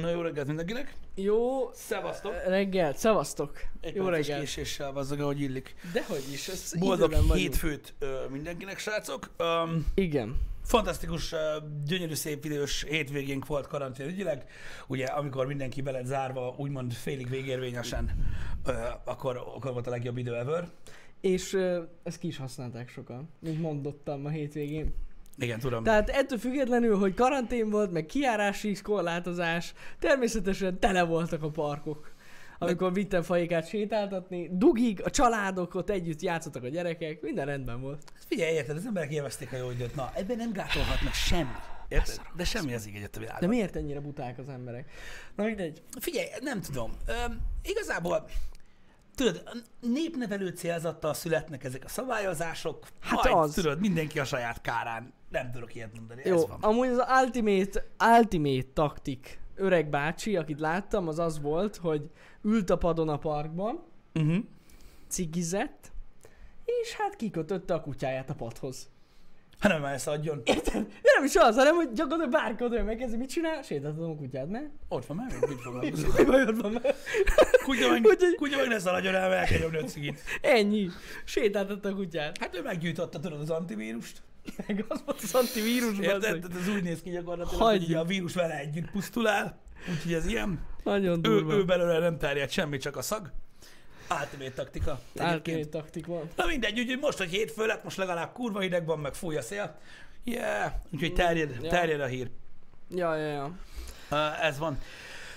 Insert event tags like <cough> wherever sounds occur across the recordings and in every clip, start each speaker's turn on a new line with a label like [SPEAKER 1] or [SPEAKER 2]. [SPEAKER 1] Na jó reggelt mindenkinek!
[SPEAKER 2] Jó
[SPEAKER 1] Szevasztok!
[SPEAKER 2] reggel, szevasztok!
[SPEAKER 1] Egy
[SPEAKER 2] Jó
[SPEAKER 1] perces
[SPEAKER 2] reggel!
[SPEAKER 1] késéssel vazzag, ahogy illik.
[SPEAKER 2] Dehogy is, ez
[SPEAKER 1] Boldog
[SPEAKER 2] időben vagyunk.
[SPEAKER 1] hétfőt ö, mindenkinek, srácok! Um,
[SPEAKER 2] Igen.
[SPEAKER 1] fantasztikus, ö, gyönyörű, szép idős hétvégénk volt karantén ügyileg. Ugye, amikor mindenki be lett zárva, úgymond félig végérvényesen, ö, akkor, akkor volt a legjobb idő ever.
[SPEAKER 2] És ö, ezt ki is használták sokan, mint mondottam a hétvégén.
[SPEAKER 1] Igen, tudom.
[SPEAKER 2] Tehát ettől függetlenül, hogy karantén volt, meg kiárási korlátozás, természetesen tele voltak a parkok. Amikor vittem fajékát sétáltatni, dugig, a családok ott együtt játszottak a gyerekek, minden rendben volt.
[SPEAKER 1] Hát Figyelj, érted, az emberek élvezték a jó időt. Na, ebben nem gátolhatnak semmi. Érted? De semmi az így a
[SPEAKER 2] De
[SPEAKER 1] világban.
[SPEAKER 2] miért ennyire buták az emberek? Na mindegy.
[SPEAKER 1] Figyelj, nem tudom. Öm, igazából, tudod, a népnevelő célzattal születnek ezek a szabályozások.
[SPEAKER 2] Hát
[SPEAKER 1] majd,
[SPEAKER 2] az.
[SPEAKER 1] Tudod, mindenki a saját kárán. Nem tudok ilyet mondani,
[SPEAKER 2] Jó,
[SPEAKER 1] ez van.
[SPEAKER 2] amúgy az Ultimate, Ultimate taktik öreg bácsi, akit láttam, az az volt, hogy ült a padon a parkban, Mhm.
[SPEAKER 1] Uh-huh.
[SPEAKER 2] cigizett, és hát kikötötte a kutyáját a padhoz.
[SPEAKER 1] Hát nem ezt adjon.
[SPEAKER 2] Érted? De nem is az, hanem hogy gyakorlatilag bárki oda jön, megkezdi, mit csinál? Sétáltatom a kutyát, mert...
[SPEAKER 1] Ott van már, mit foglalkozol?
[SPEAKER 2] Mi bajod van mert-
[SPEAKER 1] Kutya meg,
[SPEAKER 2] Úgyhogy-
[SPEAKER 1] kutya meg ne szaladjon el, mert el kell nyomni öt cigit.
[SPEAKER 2] Ennyi. Sétáltatta a kutyát.
[SPEAKER 1] Hát ő meggyújtotta, tudod, az antivírust.
[SPEAKER 2] Meg az volt az antivírus,
[SPEAKER 1] Érted?
[SPEAKER 2] bazd meg.
[SPEAKER 1] Tehát ez úgy néz ki gyakorlatilag, hogy így
[SPEAKER 2] Hagyjuk.
[SPEAKER 1] a vírus vele együtt pusztul el. Úgyhogy ez ilyen.
[SPEAKER 2] Nagyon
[SPEAKER 1] Ő,
[SPEAKER 2] durva.
[SPEAKER 1] ő belőle nem terjed semmi, csak a szag. Ultimate taktika. Egyébként
[SPEAKER 2] Ultimate taktik van.
[SPEAKER 1] Na mindegy, úgyhogy most, hogy hétfő lett, most legalább kurva hideg van, meg fúj a szél. Yeah, úgyhogy terjed,
[SPEAKER 2] Mm, ja.
[SPEAKER 1] terjed a hír.
[SPEAKER 2] Ja, ja, ja.
[SPEAKER 1] Uh, ez van.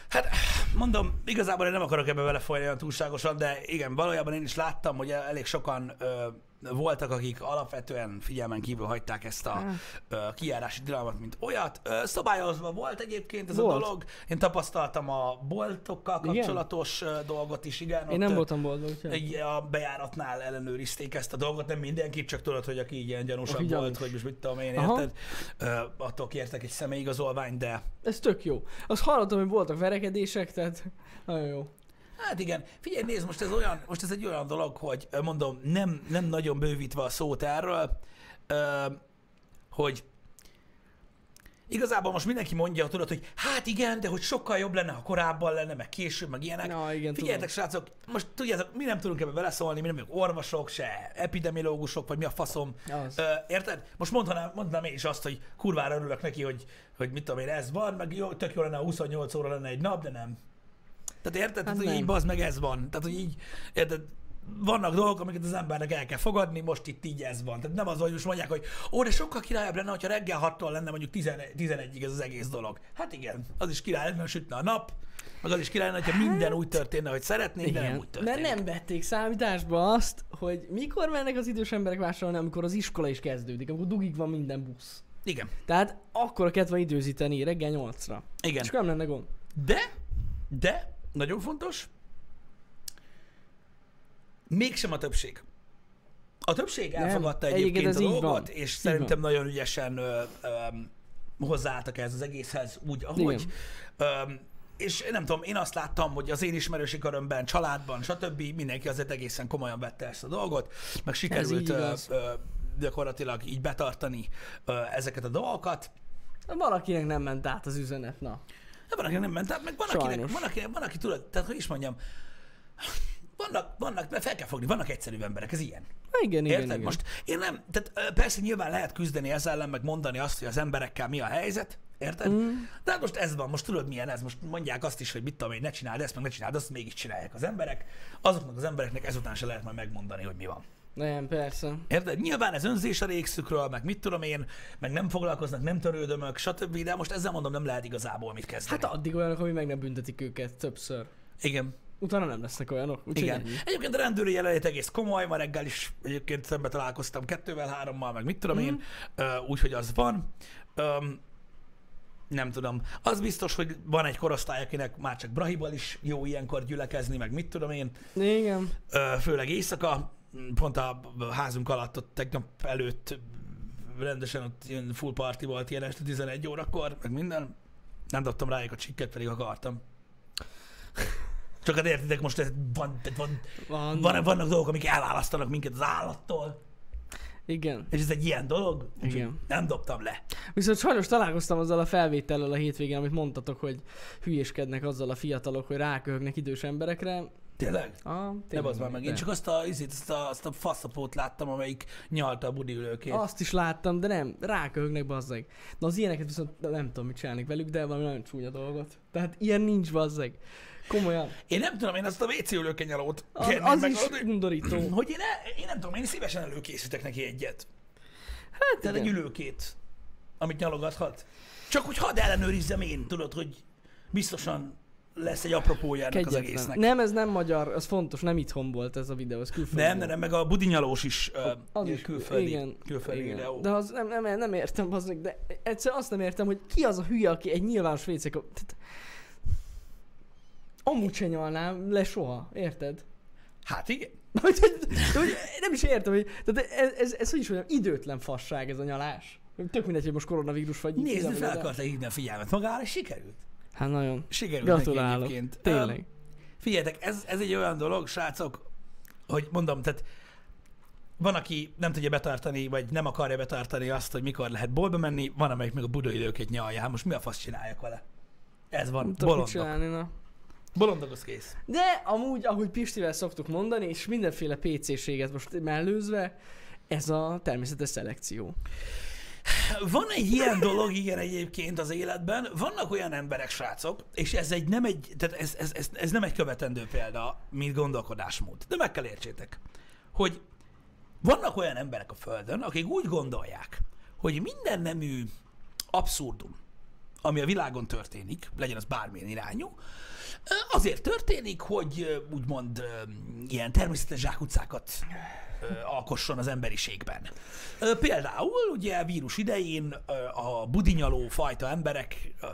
[SPEAKER 1] Hát mondom, igazából én nem akarok ebbe belefolyni olyan túlságosan, de igen, valójában én is láttam, hogy elég sokan ö, voltak, akik alapvetően figyelmen kívül hagyták ezt a
[SPEAKER 2] Hát.
[SPEAKER 1] ö, kijárási drámat, mint olyat. Ö, szabályozva volt egyébként ez a
[SPEAKER 2] Volt.
[SPEAKER 1] dolog. Én tapasztaltam a boltokkal
[SPEAKER 2] Igen?
[SPEAKER 1] kapcsolatos igen? dolgot is, igen.
[SPEAKER 2] Én
[SPEAKER 1] ott,
[SPEAKER 2] nem
[SPEAKER 1] ö,
[SPEAKER 2] voltam boldog, úgyhogy...
[SPEAKER 1] egy, a bejáratnál ellenőrizték ezt a dolgot, nem mindenkit, csak tudod, hogy aki így ilyen gyanúsabb
[SPEAKER 2] Aki
[SPEAKER 1] volt,
[SPEAKER 2] gyanús.
[SPEAKER 1] hogy most mit tudom én,
[SPEAKER 2] Aha.
[SPEAKER 1] érted? Ö, attól kértek egy személyigazolványt, de
[SPEAKER 2] Ez tök jó. Azt hallottam, hogy voltak verekedések, tehát nagyon jó.
[SPEAKER 1] hát igen. Figyelj, nézd, most ez, olyan, most ez egy olyan dolog, hogy ö, mondom, nem, nem nagyon bővítve a szót erről, ö, hogy Igazából most mindenki mondja, tudod, hogy hát igen, de hogy sokkal jobb lenne, ha korábban lenne, meg később, meg ilyenek.
[SPEAKER 2] Na, igen,
[SPEAKER 1] Figyeljetek, srácok, most tudjátok, mi nem tudunk ebbe beleszólni, mi nem vagyunk orvosok, se epidemiológusok, vagy mi a faszom.
[SPEAKER 2] Az.
[SPEAKER 1] Ö, érted? Most mondhanám, mondanám én is azt, hogy kurvára örülök neki, hogy, hogy mit tudom én, ez van, meg jó, tök jó lenne, ha 28 óra lenne egy nap, de nem. Tehát érted? Tehát, hogy
[SPEAKER 2] Hát nem.
[SPEAKER 1] így bazd meg ez van. Tehát, hogy így, érted? Vannak dolgok, amiket az embernek el kell fogadni, most itt így ez van. Tehát nem az, hogy most mondják, hogy ó, de sokkal királyabb lenne, hogyha reggel 6-tól lenne mondjuk 11 11-ig ez az egész dolog. Hát igen, az is király lenne, ha sütne a nap, meg az is király lenne, hogyha minden úgy történne, hogy szeretnénk, de nem úgy
[SPEAKER 2] Hát Mert
[SPEAKER 1] történik.
[SPEAKER 2] nem vették számításba azt, hogy mikor mennek az idős emberek vásárolni, amikor az iskola is kezdődik, amikor dugig van minden busz.
[SPEAKER 1] Igen,
[SPEAKER 2] Tehát akkor kellett volna időzíteni reggel 8-ra.
[SPEAKER 1] igen.
[SPEAKER 2] És akkor nem lenne gond.
[SPEAKER 1] De, de, nagyon fontos, mégsem a többség. A többség
[SPEAKER 2] Nem,
[SPEAKER 1] elfogadta
[SPEAKER 2] egyébként
[SPEAKER 1] egyébként a
[SPEAKER 2] ez így
[SPEAKER 1] dolgot,
[SPEAKER 2] van.
[SPEAKER 1] és
[SPEAKER 2] Így
[SPEAKER 1] szerintem nagyon ügyesen ö, ö, hozzáálltak ez az egészhez úgy, ahogy. Ö, és én nem tudom, én azt láttam, hogy az én ismerősi körömben, családban, stb. mindenki azért egészen komolyan vette ezt a dolgot, meg sikerült
[SPEAKER 2] így
[SPEAKER 1] ö,
[SPEAKER 2] igaz.
[SPEAKER 1] ö, gyakorlatilag így betartani ö, ezeket a dolgokat.
[SPEAKER 2] Valakinek nem ment át az üzenet, na.
[SPEAKER 1] De Hát van, aki nem ment át, meg van, akinek,
[SPEAKER 2] Sajnos.
[SPEAKER 1] van, akinek, van, aki tudod, tehát hogy is mondjam, vannak, vannak, mert fel kell fogni, vannak egyszerű emberek, ez ilyen.
[SPEAKER 2] Na igen, igen,
[SPEAKER 1] Érted?
[SPEAKER 2] igen.
[SPEAKER 1] Most én nem, tehát ö, persze nyilván lehet küzdeni ezzel ellen, meg mondani azt, hogy az emberekkel mi a helyzet, érted? Mm. De hát most ez van, most tudod milyen ez, most mondják azt is, hogy mit tudom én, ne csináld ezt, meg ne csináld azt, mégis csinálják az emberek. Azoknak az embereknek ezután se lehet majd megmondani, hogy mi van.
[SPEAKER 2] Nem, persze.
[SPEAKER 1] Érted? Nyilván ez önzés a régszükről, meg mit tudom én, meg nem foglalkoznak, nem törődömök, stb. De most ezzel mondom, nem lehet igazából mit kezdeni.
[SPEAKER 2] Hát addig olyanok, hogy meg nem büntetik őket többször.
[SPEAKER 1] Igen.
[SPEAKER 2] Utána nem lesznek olyanok, úgyhogy
[SPEAKER 1] Igen.
[SPEAKER 2] ennyi.
[SPEAKER 1] Egyébként a rendőri jelenlét egész komoly, ma reggel is egyébként szembe találkoztam kettővel, hárommal, meg mit tudom mm. én, Ö, úgyhogy az van. Öm, nem tudom. Az biztos, hogy van egy korosztály, akinek már csak Brahiból is jó ilyenkor gyülekezni, meg mit tudom én,
[SPEAKER 2] Igen.
[SPEAKER 1] Ö, főleg éjszaka, pont a házunk alatt ott tegnap előtt rendesen ott ilyen full party volt ilyen este 11 órakor, meg minden. Nem dobtam rájuk a csikket, pedig akartam. Csak hát értitek, most ez van, tehát van,
[SPEAKER 2] Van.
[SPEAKER 1] van, vannak dolgok, amik elválasztanak minket az állattól.
[SPEAKER 2] Igen.
[SPEAKER 1] És ez egy ilyen dolog, úgyhogy
[SPEAKER 2] Igen.
[SPEAKER 1] nem dobtam le.
[SPEAKER 2] Viszont sajnos találkoztam azzal a felvétellel a hétvégén, amit mondtatok, hogy hülyéskednek azzal a fiatalok, hogy ráköhögnek idős emberekre.
[SPEAKER 1] Tényleg?
[SPEAKER 2] Ah,
[SPEAKER 1] Nem az már meg. Én
[SPEAKER 2] de.
[SPEAKER 1] csak azt a, izét, azt a, azt a faszapót láttam, amelyik nyalta a budi ülőkét.
[SPEAKER 2] Azt is láttam, de nem, ráköhögnek bazzeg. Na az ilyeneket viszont nem tudom, mit csinálni velük, de valami nagyon csúnya dolgot. Tehát ilyen nincs bazzeg. Komolyan.
[SPEAKER 1] Én nem tudom, én azt a WC ülőke nyalót
[SPEAKER 2] Az,
[SPEAKER 1] kérném
[SPEAKER 2] az
[SPEAKER 1] meg,
[SPEAKER 2] is
[SPEAKER 1] hogy- Hát,
[SPEAKER 2] undorító.
[SPEAKER 1] Hogy én, el- én nem tudom, én szívesen előkészítek neki egyet.
[SPEAKER 2] Hát
[SPEAKER 1] Tehát egy
[SPEAKER 2] igen.
[SPEAKER 1] ülőkét, amit nyalogathat. Csak hogy hadd ellenőrizzem én, tudod, hogy biztosan lesz egy apropójának az egésznek.
[SPEAKER 2] Kegyetlen. Nem, ez nem magyar, ez fontos, nem itthon volt ez a videó, ez külföldön.
[SPEAKER 1] Nem, de nem, meg a budinyalós is, ö,
[SPEAKER 2] Az is
[SPEAKER 1] külföldi,
[SPEAKER 2] igen,
[SPEAKER 1] külföldi
[SPEAKER 2] igen.
[SPEAKER 1] videó.
[SPEAKER 2] De az nem, nem, nem értem, bazdmeg, de egyszer azt nem értem, hogy ki az a hülye, aki egy nyilvános WC tehát, Amúgy se nyalnám le soha, érted?
[SPEAKER 1] Hát igen.
[SPEAKER 2] Hogy, hogy, hogy nem is értem, hogy tehát ez, ez, ez, hogy is mondjam, időtlen fasság ez a nyalás. Tök mindegy, hogy most koronavírus vagy. így
[SPEAKER 1] Nézd,
[SPEAKER 2] tudom,
[SPEAKER 1] fel
[SPEAKER 2] de-
[SPEAKER 1] akarta hívni a figyelmet magára, és sikerült.
[SPEAKER 2] Hát nagyon.
[SPEAKER 1] Sikerült
[SPEAKER 2] Gratulálok.
[SPEAKER 1] neki egyébként.
[SPEAKER 2] Tényleg.
[SPEAKER 1] Öm, Figyeljetek, ez, ez egy olyan dolog, srácok, hogy mondom, tehát van, aki nem tudja betartani, vagy nem akarja betartani azt, hogy mikor lehet boltba menni, van, amelyik még a budai időket nyalja. Hát most mi a fasz csináljak vele? Ez
[SPEAKER 2] nem
[SPEAKER 1] van,
[SPEAKER 2] tudok mit
[SPEAKER 1] bolondok.
[SPEAKER 2] csinálni, na.
[SPEAKER 1] Bolondok az kész.
[SPEAKER 2] De amúgy, ahogy Pistivel szoktuk mondani, és mindenféle PC-séget most mellőzve, ez a természetes szelekció.
[SPEAKER 1] Van egy ilyen dolog, igen, egyébként az életben. Vannak olyan emberek, srácok, és ez egy nem egy, tehát ez, ez, ez, ez nem egy követendő példa, mint gondolkodásmód. De meg kell értsétek, hogy vannak olyan emberek a Földön, akik úgy gondolják, hogy minden nemű abszurdum, ami a világon történik, legyen az bármilyen irányú, azért történik, hogy ö, úgymond ö, ilyen természetes zsákutcákat ö, alkosson az emberiségben. Ö, Például ugye vírus idején ö, a budinyaló fajta emberek ö,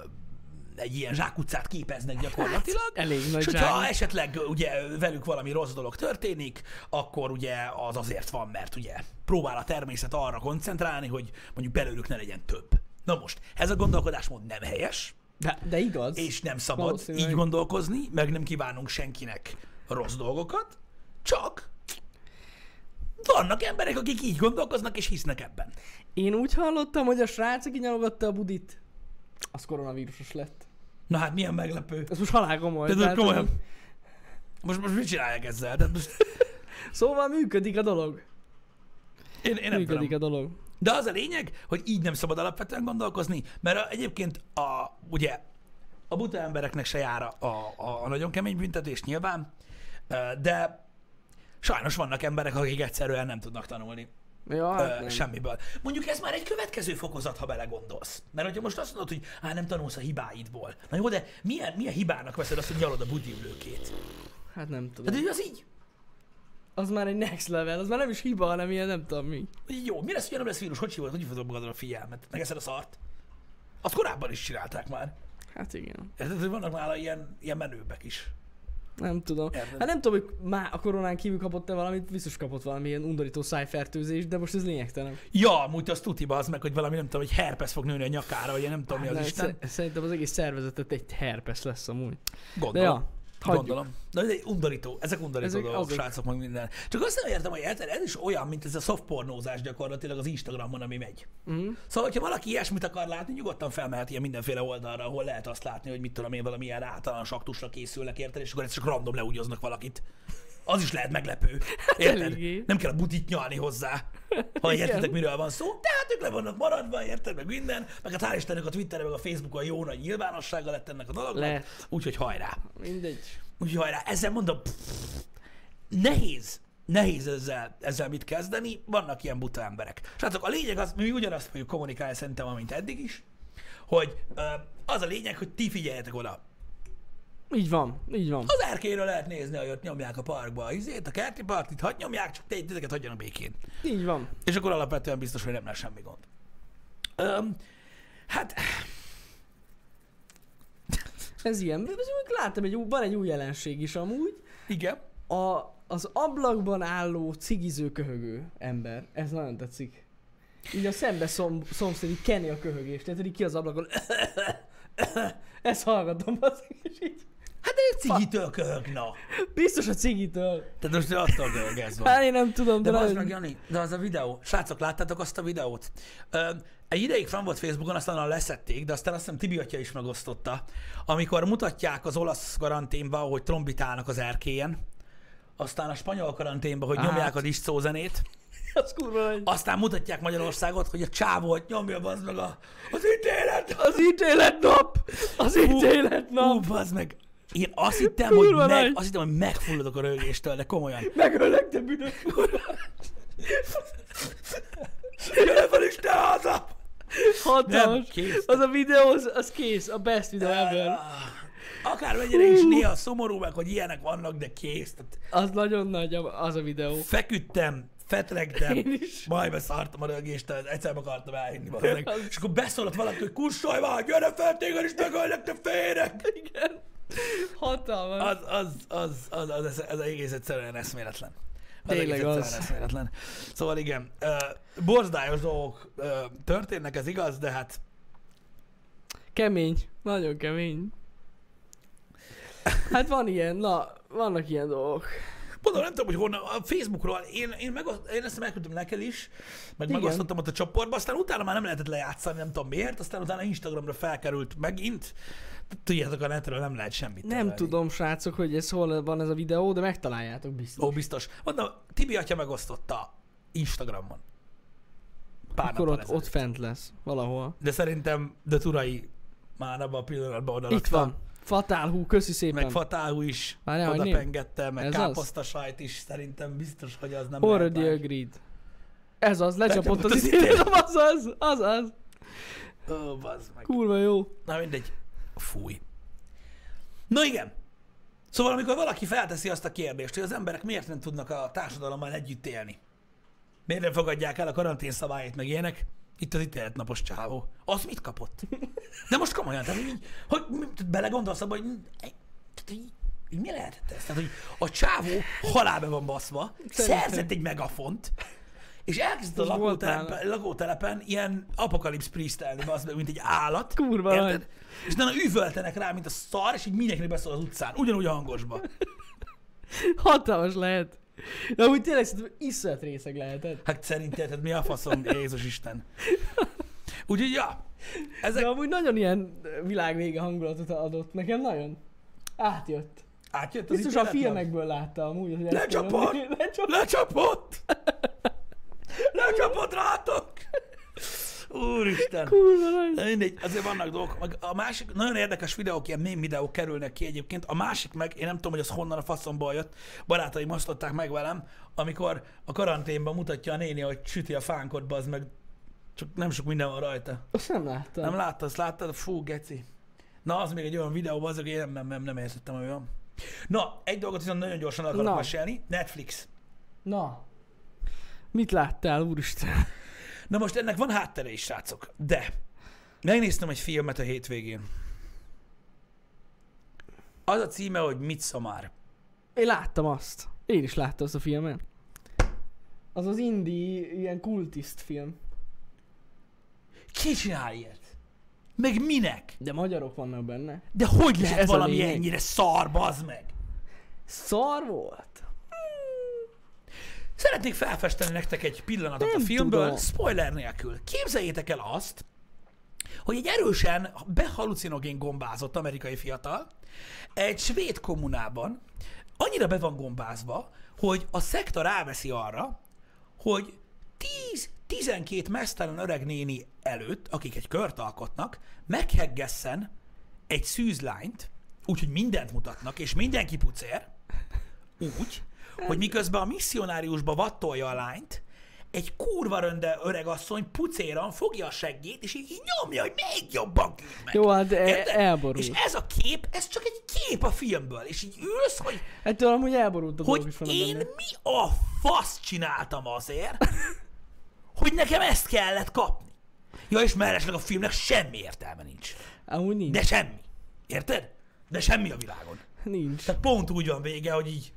[SPEAKER 1] egy ilyen zsákutcát képeznek gyakorlatilag.
[SPEAKER 2] Hát, elég nagy
[SPEAKER 1] És hogyha
[SPEAKER 2] zsák.
[SPEAKER 1] esetleg ö, ugye velük valami rossz dolog történik, akkor ugye az azért van, mert ugye próbál a természet arra koncentrálni, hogy mondjuk belőlük ne legyen több. Na most, ez a gondolkodásmód nem helyes,
[SPEAKER 2] De, de igaz.
[SPEAKER 1] és nem szabad
[SPEAKER 2] Valószínűleg.
[SPEAKER 1] így gondolkozni, meg nem kívánunk senkinek rossz dolgokat, csak vannak emberek, akik így gondolkoznak és hisznek ebben.
[SPEAKER 2] Én úgy hallottam, hogy a srác, aki nyalogatta a budit, az koronavírusos lett.
[SPEAKER 1] Na hát milyen meglepő.
[SPEAKER 2] Ez most halálkomoly.
[SPEAKER 1] Tehát,
[SPEAKER 2] tehát-
[SPEAKER 1] komolyan. Most, most mit csinálják ezzel? Tehát most,
[SPEAKER 2] Szóval működik a dolog.
[SPEAKER 1] én, én nem tudom.
[SPEAKER 2] Működik a dolog.
[SPEAKER 1] De az a lényeg, hogy így nem szabad alapvetően gondolkozni, mert a, egyébként a, ugye, a buta embereknek se jár a, a, a nagyon kemény büntetés nyilván, ö, de sajnos vannak emberek, akik egyszerűen nem tudnak tanulni
[SPEAKER 2] Ja, hát
[SPEAKER 1] ö,
[SPEAKER 2] nem.
[SPEAKER 1] semmiből. Mondjuk ez már egy következő fokozat, ha belegondolsz. Mert hogyha most azt mondod, hogy hát nem tanulsz a hibáidból. Na jó, de milyen, milyen hibának veszed azt, hogy nyalod a budiülőkét?
[SPEAKER 2] hát nem tudom.
[SPEAKER 1] Tehát hogy az így,
[SPEAKER 2] Az már egy next level, az már nem is hiba, hanem ilyen nem tudom mi.
[SPEAKER 1] így jó, mi lesz, hogy nem lesz vírus, hogy hívod, hogy hívod magadra a figyelmet? Megeszed a szart? Azt korábban is csinálták már.
[SPEAKER 2] Hát igen.
[SPEAKER 1] Érted, hogy vannak nála ilyen, ilyen menőbek is.
[SPEAKER 2] Nem tudom.
[SPEAKER 1] Érted.
[SPEAKER 2] Hát nem tudom, hogy már a koronán kívül kapott-e valamit, biztos kapott valamilyen undorító szájfertőzést, de most ez lényegtelen.
[SPEAKER 1] Ja, amúgy az tuti az meg, hogy valami nem tudom, hogy herpes fog nőni a nyakára, vagy én nem tudom mi az
[SPEAKER 2] Hát Nem,
[SPEAKER 1] Isten.
[SPEAKER 2] sze- Szerintem az egész szervezetet egy herpes lesz amúgy. De
[SPEAKER 1] Gondolom.
[SPEAKER 2] ja, hagyjuk.
[SPEAKER 1] Gondolom. De ez egy undorító, ezek undorító
[SPEAKER 2] Ezek
[SPEAKER 1] ezek dolgok,
[SPEAKER 2] azok.
[SPEAKER 1] azok. srácok, meg minden. Csak azt nem értem, hogy érted, ez is olyan, mint ez a soft pornózás gyakorlatilag az Instagramon, ami megy.
[SPEAKER 2] Mhm.
[SPEAKER 1] Szóval, hogyha valaki ilyesmit akar látni, nyugodtan felmehet ilyen mindenféle oldalra, ahol lehet azt látni, hogy mit tudom én, valami ilyen általános aktusra készülnek, érted, és akkor ez csak random leúgyoznak valakit. Az is lehet meglepő. Érted?
[SPEAKER 2] Hát eléggé.
[SPEAKER 1] Nem kell a budit nyalni hozzá, ha
[SPEAKER 2] Igen.
[SPEAKER 1] értitek, miről van szó. Tehát ők le vannak maradva, érted, meg minden, meg hát hál' Istennek a Twitter, meg a Facebookon jó nagy nyilvánossága lett ennek a dolognak.
[SPEAKER 2] Lett.
[SPEAKER 1] Úgyhogy hajrá.
[SPEAKER 2] Mindegy.
[SPEAKER 1] Úgyhogy hajrá, ezzel mondom, pff, nehéz, nehéz ezzel, ezzel mit kezdeni, vannak ilyen buta emberek. Srácok, a lényeg az, mi ugyanazt fogjuk kommunikálni szerintem, amint eddig is, hogy ö, az a lényeg, hogy ti figyeljetek oda.
[SPEAKER 2] Így van, így van.
[SPEAKER 1] Az erkéről lehet nézni, hogy ott nyomják a parkba a izét, a kerti partit, hadd nyomják, csak te- titeket hagyjanak békén.
[SPEAKER 2] Így van.
[SPEAKER 1] És akkor alapvetően biztos, hogy nem lesz semmi gond. Öm, hát,
[SPEAKER 2] Ez ilyen. Ez mondjuk Láttam, egy új, van egy új jelenség is amúgy.
[SPEAKER 1] igen.
[SPEAKER 2] A, az ablakban álló cigiző köhögő ember. Ez nagyon tetszik. Így a szembe szom, szomszéd így kenni <coughs> a köhögést. Tehát így ki az ablakon. Ezt hallgatom az és így.
[SPEAKER 1] Hát de ő cigitől köhög, na.
[SPEAKER 2] Biztos a cigitől.
[SPEAKER 1] Tehát most ő attól köhög, ez van.
[SPEAKER 2] Hát én nem tudom, de,
[SPEAKER 1] De az
[SPEAKER 2] nagyon-
[SPEAKER 1] meg, Jani, de az a videó. Srácok, láttátok azt a videót? Ö, egy ideig fenn volt Facebookon, aztán onnan leszették, de aztán azt hiszem Tibi atya is megosztotta. Amikor mutatják az olasz karanténba, hogy trombitálnak az erkélyen, aztán a spanyol karanténba, hogy
[SPEAKER 2] Hát.
[SPEAKER 1] nyomják a discó zenét,
[SPEAKER 2] az kurva nagy.
[SPEAKER 1] aztán mutatják Magyarországot, hogy a csávó ott nyomja, bazd meg a, az ítélet,
[SPEAKER 2] Az ítéletnap! Az
[SPEAKER 1] Ú,
[SPEAKER 2] ítéletnap!
[SPEAKER 1] bazd meg. Én azt hittem, hogy, meg,
[SPEAKER 2] Kurva nagy.
[SPEAKER 1] azt hittem, hogy megfulladok a rögéstől, de komolyan.
[SPEAKER 2] Megöllek, te bűnös
[SPEAKER 1] Gyere fel is te haza!
[SPEAKER 2] Hatalmas.
[SPEAKER 1] Nem, kész.
[SPEAKER 2] Az a videó, az, az kész. A best videó ever.
[SPEAKER 1] Akármennyire is néha szomorú meg, hogy ilyenek vannak, de kész. Tehát
[SPEAKER 2] Az nagyon nagy a- az a videó.
[SPEAKER 1] feküdtem, fetlegtem,
[SPEAKER 2] Én is.
[SPEAKER 1] majd beszartam a rögéstől, egyszer meg akartam elhinni valaminek. És akkor beszólott valaki, hogy kussolj már, gyere fel, téged is megöllek, te féreg!
[SPEAKER 2] Igen. Hatalmas.
[SPEAKER 1] Az, az, az, az, az, az, az egész egyszerűen eszméletlen. Az
[SPEAKER 2] Tényleg
[SPEAKER 1] egész
[SPEAKER 2] az.
[SPEAKER 1] egyszerűen eszméletlen. Szóval igen, ö, borzályos dolgok ö, történnek, ez igaz, de hát
[SPEAKER 2] Kemény, nagyon kemény. Hát van ilyen, na, vannak ilyen dolgok.
[SPEAKER 1] Mondom, nem tudom, hogy honnan, a Facebookról, én, én, meg, én ezt megküldtem neked is, meg
[SPEAKER 2] Igen.
[SPEAKER 1] megosztottam ott a csoportba, aztán utána már nem lehetett lejátszani, nem tudom miért, aztán utána Instagramra felkerült megint. Tudjátok, a netről nem lehet semmit
[SPEAKER 2] Nem
[SPEAKER 1] találni.
[SPEAKER 2] tudom, srácok, hogy ez hol van ez a videó, de megtaláljátok biztos.
[SPEAKER 1] Ó, biztos. Mondom, Tibi atya megosztotta Instagramon. Pár
[SPEAKER 2] Akkor
[SPEAKER 1] nappal
[SPEAKER 2] ott,
[SPEAKER 1] ezelőtt.
[SPEAKER 2] ott fent lesz, valahol.
[SPEAKER 1] De szerintem de Turai már abban a pillanatban oda
[SPEAKER 2] Itt van. Fatál hú, köszi szépen.
[SPEAKER 1] Meg Fatáhu is
[SPEAKER 2] Várjál,
[SPEAKER 1] oda
[SPEAKER 2] hogy mi?
[SPEAKER 1] pengette, meg
[SPEAKER 2] Ez az?
[SPEAKER 1] káposztasajt is, szerintem biztos, hogy az nem lehet
[SPEAKER 2] Already
[SPEAKER 1] más.
[SPEAKER 2] agreed. Ez az, lecsapott
[SPEAKER 1] Lecsapott
[SPEAKER 2] az
[SPEAKER 1] az izé-
[SPEAKER 2] ítéletem, <laughs> az az, az az.
[SPEAKER 1] Ó, bazd meg.
[SPEAKER 2] Kurva jó.
[SPEAKER 1] Na mindegy. Fúj. Na igen. Szóval amikor valaki felteszi azt a kérdést, hogy az emberek miért nem tudnak a társadalommal együtt élni, miért nem fogadják el a karantén szabályait, meg ilyenek, itt az ítéletnapos csávó. Az mit kapott? De most komolyan, tehát, hogy, így- hogy mi- belegondolsz abba, hogy, tehát, hogy így- így mi lehetett ez? Tehát, hogy a csávó halálbe van baszva,
[SPEAKER 2] Szerintem.
[SPEAKER 1] szerzett egy megafont, és elkezdett a
[SPEAKER 2] És volt
[SPEAKER 1] lakótelepen, lakótelepen ilyen apokalipsz priestelni, az meg, mint egy állat.
[SPEAKER 2] Kurva
[SPEAKER 1] Érted?
[SPEAKER 2] nagy.
[SPEAKER 1] És utána üvöltenek rá, mint a szar, és így mindenkinek beszól az utcán, ugyanúgy a hangosba.
[SPEAKER 2] Hatalmas lehet. De úgy tényleg szerintem iszonyat részeg lehetett.
[SPEAKER 1] Hát szerinted, hát mi a faszom, Jézus Isten. Úgyhogy, ja, ezek
[SPEAKER 2] De amúgy nagyon ilyen világvége hangulatot adott nekem, nagyon. Átjött.
[SPEAKER 1] átjött az
[SPEAKER 2] Biztos a
[SPEAKER 1] ítélet, nem?
[SPEAKER 2] filmekből láttam amúgy, hogy ezt
[SPEAKER 1] Lecsapott!
[SPEAKER 2] tudom. <laughs> Lecsapott!
[SPEAKER 1] Lecsapott! Lecsapott rátok! Úristen!
[SPEAKER 2] Kurva nagy.
[SPEAKER 1] De mindegy, azért vannak dolgok. Meg a másik, nagyon érdekes videók, ilyen mém videók kerülnek ki egyébként. A másik meg, én nem tudom, hogy az honnan a faszomból jött, barátaim osztották meg velem, amikor a karanténban mutatja a néni, hogy süti a fánkot, bazd meg. Csak nem sok minden van rajta.
[SPEAKER 2] Azt nem láttam.
[SPEAKER 1] Nem láttad, azt láttad? Fú, geci. Na, az még egy olyan videó, az, hogy én nem, nem, nem, nem értettem, hogy olyan. Na, egy dolgot viszont nagyon gyorsan el akarok
[SPEAKER 2] Na.
[SPEAKER 1] mesélni. Netflix.
[SPEAKER 2] Na. Mit láttál, úristen?
[SPEAKER 1] Na most ennek van háttere is, srácok. De megnéztem egy filmet a hétvégén. Az a címe, hogy Mit szamár.
[SPEAKER 2] Én láttam azt. Én is láttam azt a filmet. Az az indi ilyen kultiszt film.
[SPEAKER 1] Ki csinál ilyet? Meg minek?
[SPEAKER 2] De magyarok vannak benne.
[SPEAKER 1] De hogy lehet
[SPEAKER 2] ez a
[SPEAKER 1] valami
[SPEAKER 2] lényeg.
[SPEAKER 1] ennyire szar, bazd meg?
[SPEAKER 2] Szar volt?
[SPEAKER 1] Szeretnék felfesteni nektek egy pillanatot
[SPEAKER 2] Nem
[SPEAKER 1] a filmből,
[SPEAKER 2] tudom.
[SPEAKER 1] spoiler nélkül. Képzeljétek el azt, hogy egy erősen behalucinogén gombázott amerikai fiatal egy svéd kommunában annyira be van gombázva, hogy a szekta ráveszi arra, hogy 10-12 mesztelen öreg néni előtt, akik egy kört alkotnak, megheggesszen egy szűzlányt, úgyhogy mindent mutatnak, és mindenki pucér, úgy, hogy miközben a misszionáriusba vattolja a lányt, egy kurva rönde öregasszony pucéran fogja a seggét, és így így nyomja, hogy még jobban küld meg.
[SPEAKER 2] Jó, hát e-
[SPEAKER 1] Érted?
[SPEAKER 2] elborult.
[SPEAKER 1] És ez a kép, ez csak egy kép a filmből, és így ülsz, hogy
[SPEAKER 2] Ettől amúgy elborult a dolog
[SPEAKER 1] hogy
[SPEAKER 2] is van
[SPEAKER 1] én
[SPEAKER 2] benne.
[SPEAKER 1] mi a fasz csináltam azért, hogy nekem ezt kellett kapni. Ja, és mellesleg a filmnek semmi értelme nincs.
[SPEAKER 2] Amúgy nincs.
[SPEAKER 1] De semmi. Érted? De semmi a világon.
[SPEAKER 2] Nincs.
[SPEAKER 1] Tehát pont úgy van vége, hogy így.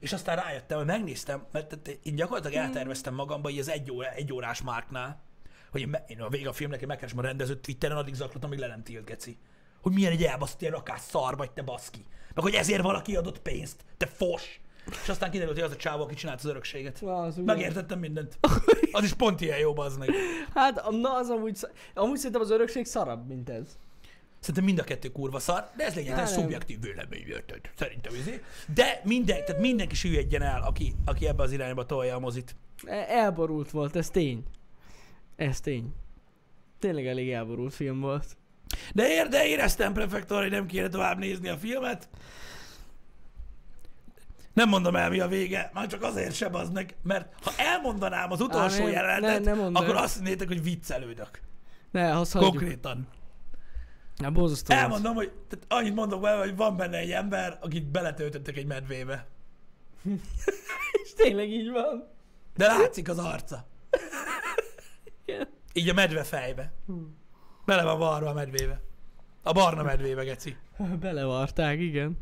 [SPEAKER 1] És aztán rájöttem, hogy megnéztem, mert tehát én
[SPEAKER 2] Hmm.
[SPEAKER 1] gyakorlatilag elterveztem magamba így az egy, óra, egy órás márknál, hogy én, me- én a vége a filmnek, én megkeresem a rendezőt Twitteren, addig zaklatom, amíg le nem tilt, geci. Hogy milyen egy elbaszott ilyen rakás szar vagy te baszki. Meg hogy ezért valaki adott pénzt. Te fos. És aztán kiderült, hogy az a csávó, aki csinált az örökséget.
[SPEAKER 2] Na, az ugye.
[SPEAKER 1] Megértettem
[SPEAKER 2] <laughs>
[SPEAKER 1] mindent. Az is pont ilyen jó, az meg.
[SPEAKER 2] Hát, na az amúgy, sz- amúgy szerintem az örökség szarabb, mint ez.
[SPEAKER 1] Szerintem mind a kettő kurva szar, de ez legyen egy
[SPEAKER 2] nem.
[SPEAKER 1] szubjektív vélemény, érted? Szerintem izé. De minden, tehát mindenki süllyedjen el, aki, aki ebbe az irányba tolja a mozit.
[SPEAKER 2] E- Elborult volt, ez tény. Ez tény. Tényleg elég elborult film volt.
[SPEAKER 1] De, ér, de éreztem, prefektor, hogy nem kéne tovább nézni a filmet. Nem mondom el, mi a vége, már csak azért sem az meg, mert ha elmondanám az utolsó
[SPEAKER 2] Á,
[SPEAKER 1] Á,
[SPEAKER 2] nem,
[SPEAKER 1] jelenetet,
[SPEAKER 2] ne-
[SPEAKER 1] ne,
[SPEAKER 2] ne mondd
[SPEAKER 1] akkor
[SPEAKER 2] el.
[SPEAKER 1] azt hinnétek, hogy viccelődök.
[SPEAKER 2] Ne, azt hagyjuk.
[SPEAKER 1] Konkrétan.
[SPEAKER 2] Na, borzasztó volt.
[SPEAKER 1] Elmondom, hogy tehát annyit mondok bele, hogy van benne egy ember, akit beletöltöttek egy medvébe.
[SPEAKER 2] És tényleg így van.
[SPEAKER 1] De látszik az arca.
[SPEAKER 2] Igen.
[SPEAKER 1] Így a medve fejbe.
[SPEAKER 2] Hm.
[SPEAKER 1] Bele van varva a medvébe. A barna medvébe, geci.
[SPEAKER 2] Belevarták, igen.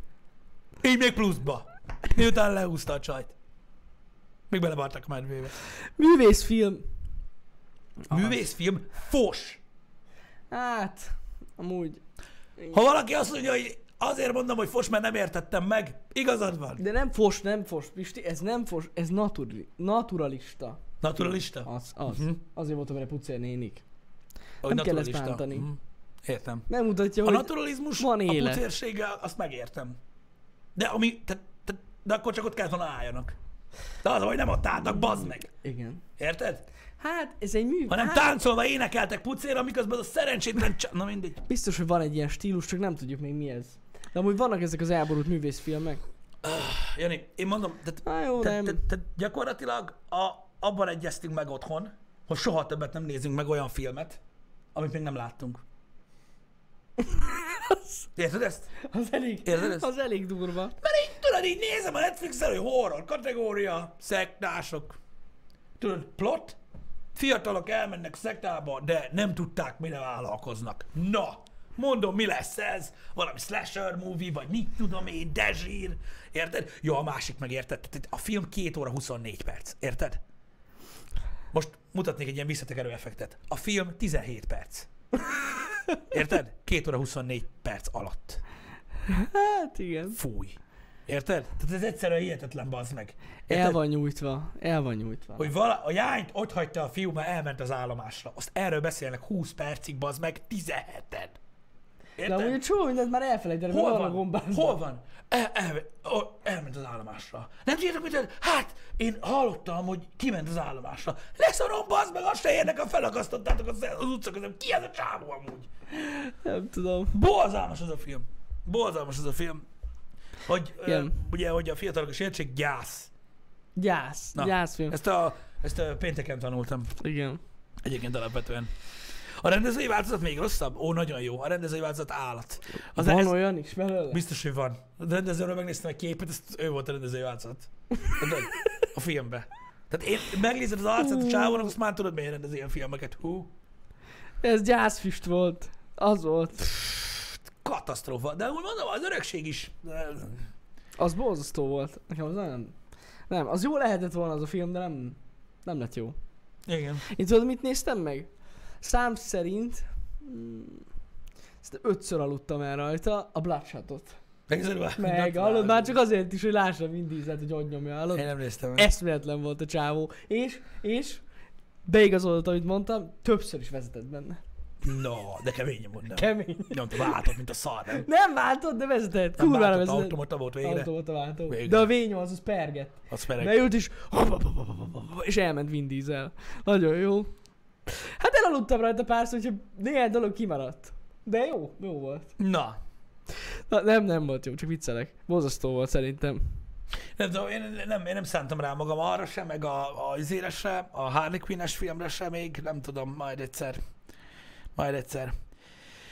[SPEAKER 1] Így még pluszba. Miután leúzta a csajt. Még belevartak a medvébe.
[SPEAKER 2] Művészfilm.
[SPEAKER 1] Művészfilm fos.
[SPEAKER 2] Hát, amúgy.
[SPEAKER 1] Ha valaki azt mondja, hogy azért mondom, hogy fos, mert nem értettem meg, igazad van.
[SPEAKER 2] De nem fos, nem fos, Pisti, ez nem fos, ez naturi, naturalista.
[SPEAKER 1] Naturalista?
[SPEAKER 2] Az, az.
[SPEAKER 1] Mhm.
[SPEAKER 2] Uh-huh. Azért voltam erre pucér nénik.
[SPEAKER 1] Hogy
[SPEAKER 2] nem kell ezt
[SPEAKER 1] naturalista.
[SPEAKER 2] bántani.
[SPEAKER 1] Mhm. Értem.
[SPEAKER 2] Megmutatja,
[SPEAKER 1] A
[SPEAKER 2] hogy...
[SPEAKER 1] naturalizmus,
[SPEAKER 2] van
[SPEAKER 1] a
[SPEAKER 2] élet.
[SPEAKER 1] pucérséggel, azt megértem. De ami, te, te, de akkor csak ott kellett volna álljanak. De az, hogy nem ott álltak, bazd meg.
[SPEAKER 2] Igen.
[SPEAKER 1] Érted?
[SPEAKER 2] Hát, ez egy mű...
[SPEAKER 1] Hanem
[SPEAKER 2] hát,
[SPEAKER 1] táncolva énekeltek pucéra, miközben az a szerencsétlen csa... Na mindegy.
[SPEAKER 2] Biztos, hogy van egy ilyen stílus, csak nem tudjuk még mi ez. De amúgy vannak ezek az elborult művészfilmek.
[SPEAKER 1] Jani, én mondom, tehát
[SPEAKER 2] Na jó,
[SPEAKER 1] Te,
[SPEAKER 2] nem.
[SPEAKER 1] te, te gyakorlatilag a, abban egyeztünk meg otthon, hogy soha többet nem nézünk meg olyan filmet, amit még nem
[SPEAKER 2] <laughs>
[SPEAKER 1] láttunk. Érted ezt?
[SPEAKER 2] <laughs> Az elég,
[SPEAKER 1] Érted ezt?
[SPEAKER 2] az elég durva.
[SPEAKER 1] Mert így, tudod, így nézem a Netflixen, hogy horror kategória, szektások. Tudod, plot, fiatalok elmennek szektába, de nem tudták, mire vállalkoznak. Na, mondom, mi lesz ez? Valami slasher movie, vagy mit tudom én, dezsír, érted? Jó, a másik meg érted. Tehát A film 2 óra 24 perc, érted? Most mutatnék egy ilyen visszatekerő effektet. A film 17 perc. Érted? 2 óra 24 perc alatt.
[SPEAKER 2] Hát igen.
[SPEAKER 1] Fúj. Érted? Tehát ez egyszerűen hihetetlen, bazd meg.
[SPEAKER 2] El
[SPEAKER 1] Érted?
[SPEAKER 2] van nyújtva. El van nyújtva.
[SPEAKER 1] Hogy vala, a jányt ott hagyta a fiú, mert elment az állomásra. Azt erről beszélnek 20 percig, bazd meg, 17-en.
[SPEAKER 2] De amúgy egy
[SPEAKER 1] Érted?
[SPEAKER 2] csomó mindent már elfelejtettem, mert
[SPEAKER 1] Hol
[SPEAKER 2] van a
[SPEAKER 1] van?
[SPEAKER 2] gombázban.
[SPEAKER 1] Hol van? El, el, o- elment az állomásra. Nem tudjátok mit? tett? Hát, én hallottam, hogy kiment az állomásra. Leszorom, bazd meg, azt se érnek, ha felakasztottátok az, az utca között. Ki ez a csávó amúgy?
[SPEAKER 2] Nem tudom.
[SPEAKER 1] Borzalmas az a film. Borzalmas az a film. Hogy, ö,
[SPEAKER 2] Igen.
[SPEAKER 1] ugye, hogy a fiatalok is értsék, gyász.
[SPEAKER 2] Gyász.
[SPEAKER 1] Na,
[SPEAKER 2] Gyászfilm.
[SPEAKER 1] Ezt a, ezt a pénteken tanultam
[SPEAKER 2] Igen.
[SPEAKER 1] egyébként alapvetően. A rendezői változat még rosszabb? Ó, nagyon jó. A rendezői változat állat. Az
[SPEAKER 2] van
[SPEAKER 1] ez,
[SPEAKER 2] olyan is belőle?
[SPEAKER 1] biztos, hogy van. A rendezőről megnéztem egy képet, ezt ő volt a rendezői változat. Tudod? A filmbe. Tehát én megnézed az arcát a csávónak, azt már tudod, miért rendez ilyen filmeket. Hú,
[SPEAKER 2] Ez gyászfüst volt. Az volt.
[SPEAKER 1] katasztrófa. De úgy mondom, az örökség is.
[SPEAKER 2] Az borzasztó volt. Nekem az nem... Nem, az jó lehetett volna az a film, de nem, nem lett jó.
[SPEAKER 1] Igen.
[SPEAKER 2] Én tudod, mit néztem meg? Szám szerint... Mm, ezt ötször aludtam el rajta, a Bloodshotot.
[SPEAKER 1] Megzerve.
[SPEAKER 2] Meg, hallod, már csak azért is, hogy lássam indízet, hogy hogy nyomja, hallod?
[SPEAKER 1] Én nem néztem
[SPEAKER 2] E-
[SPEAKER 1] meg.
[SPEAKER 2] Eszméletlen volt a csávó. És, és, beigazolod, amit mondtam, többször is vezetett
[SPEAKER 1] <laughs>
[SPEAKER 2] benne.
[SPEAKER 1] No, de keményen mondom.
[SPEAKER 2] Kemény.
[SPEAKER 1] Nyomta, váltott, mint a szar, nem?
[SPEAKER 2] Nem váltott, de vezetett.
[SPEAKER 1] Nem
[SPEAKER 2] Kurvára
[SPEAKER 1] váltott,
[SPEAKER 2] vezetett.
[SPEAKER 1] automata volt végre.
[SPEAKER 2] Autó volt a váltó.
[SPEAKER 1] Végre.
[SPEAKER 2] De a V8 az pergett.
[SPEAKER 1] Az pereg.
[SPEAKER 2] Beült is, és elment Vin Diesel. Nagyon jó. Hát elaludtam rajta párszor, úgyhogy néhány dolog kimaradt. De jó, jó volt.
[SPEAKER 1] Na,
[SPEAKER 2] Na, nem, nem volt jó, csak viccelek. Bozasztó volt szerintem.
[SPEAKER 1] Nem tudom, én nem, én nem szántam rá magam arra sem, meg a, a izére se, a Harley Quinn-es filmre sem még, nem tudom, majd egyszer. Majd egyszer.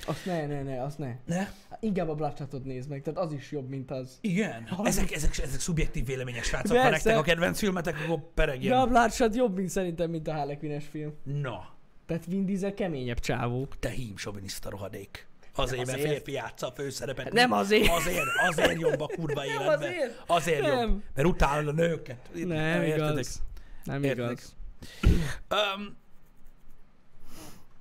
[SPEAKER 2] Azt ne, ne, ne, azt ne.
[SPEAKER 1] Ne?
[SPEAKER 2] Hát Inkább a Blatchatot nézd meg, tehát az is jobb, mint az.
[SPEAKER 1] Igen. Ezek, ezek, ezek szubjektív vélemények, srácok. Ha
[SPEAKER 2] Persze.
[SPEAKER 1] nektek a kedvenc filmetek, akkor
[SPEAKER 2] De a
[SPEAKER 1] peregjen.
[SPEAKER 2] Bloodshot jobb, mint szerintem, mint a Harley Quinn-es film.
[SPEAKER 1] Na,
[SPEAKER 2] Tehát Vin Diesel keményebb csávó.
[SPEAKER 1] te hím soviniszta rohadék. Azért, mert
[SPEAKER 2] azért.
[SPEAKER 1] férfi játsza a főszerepet.
[SPEAKER 2] Nem azért.
[SPEAKER 1] Azért, azért jobb a kurva
[SPEAKER 2] Nem
[SPEAKER 1] életben.
[SPEAKER 2] azért.
[SPEAKER 1] Azért jobb.
[SPEAKER 2] Nem.
[SPEAKER 1] Mert utálod a nőket.
[SPEAKER 2] Nem,
[SPEAKER 1] értedek?
[SPEAKER 2] igaz. Nem
[SPEAKER 1] Értedek.
[SPEAKER 2] igaz.
[SPEAKER 1] Öm,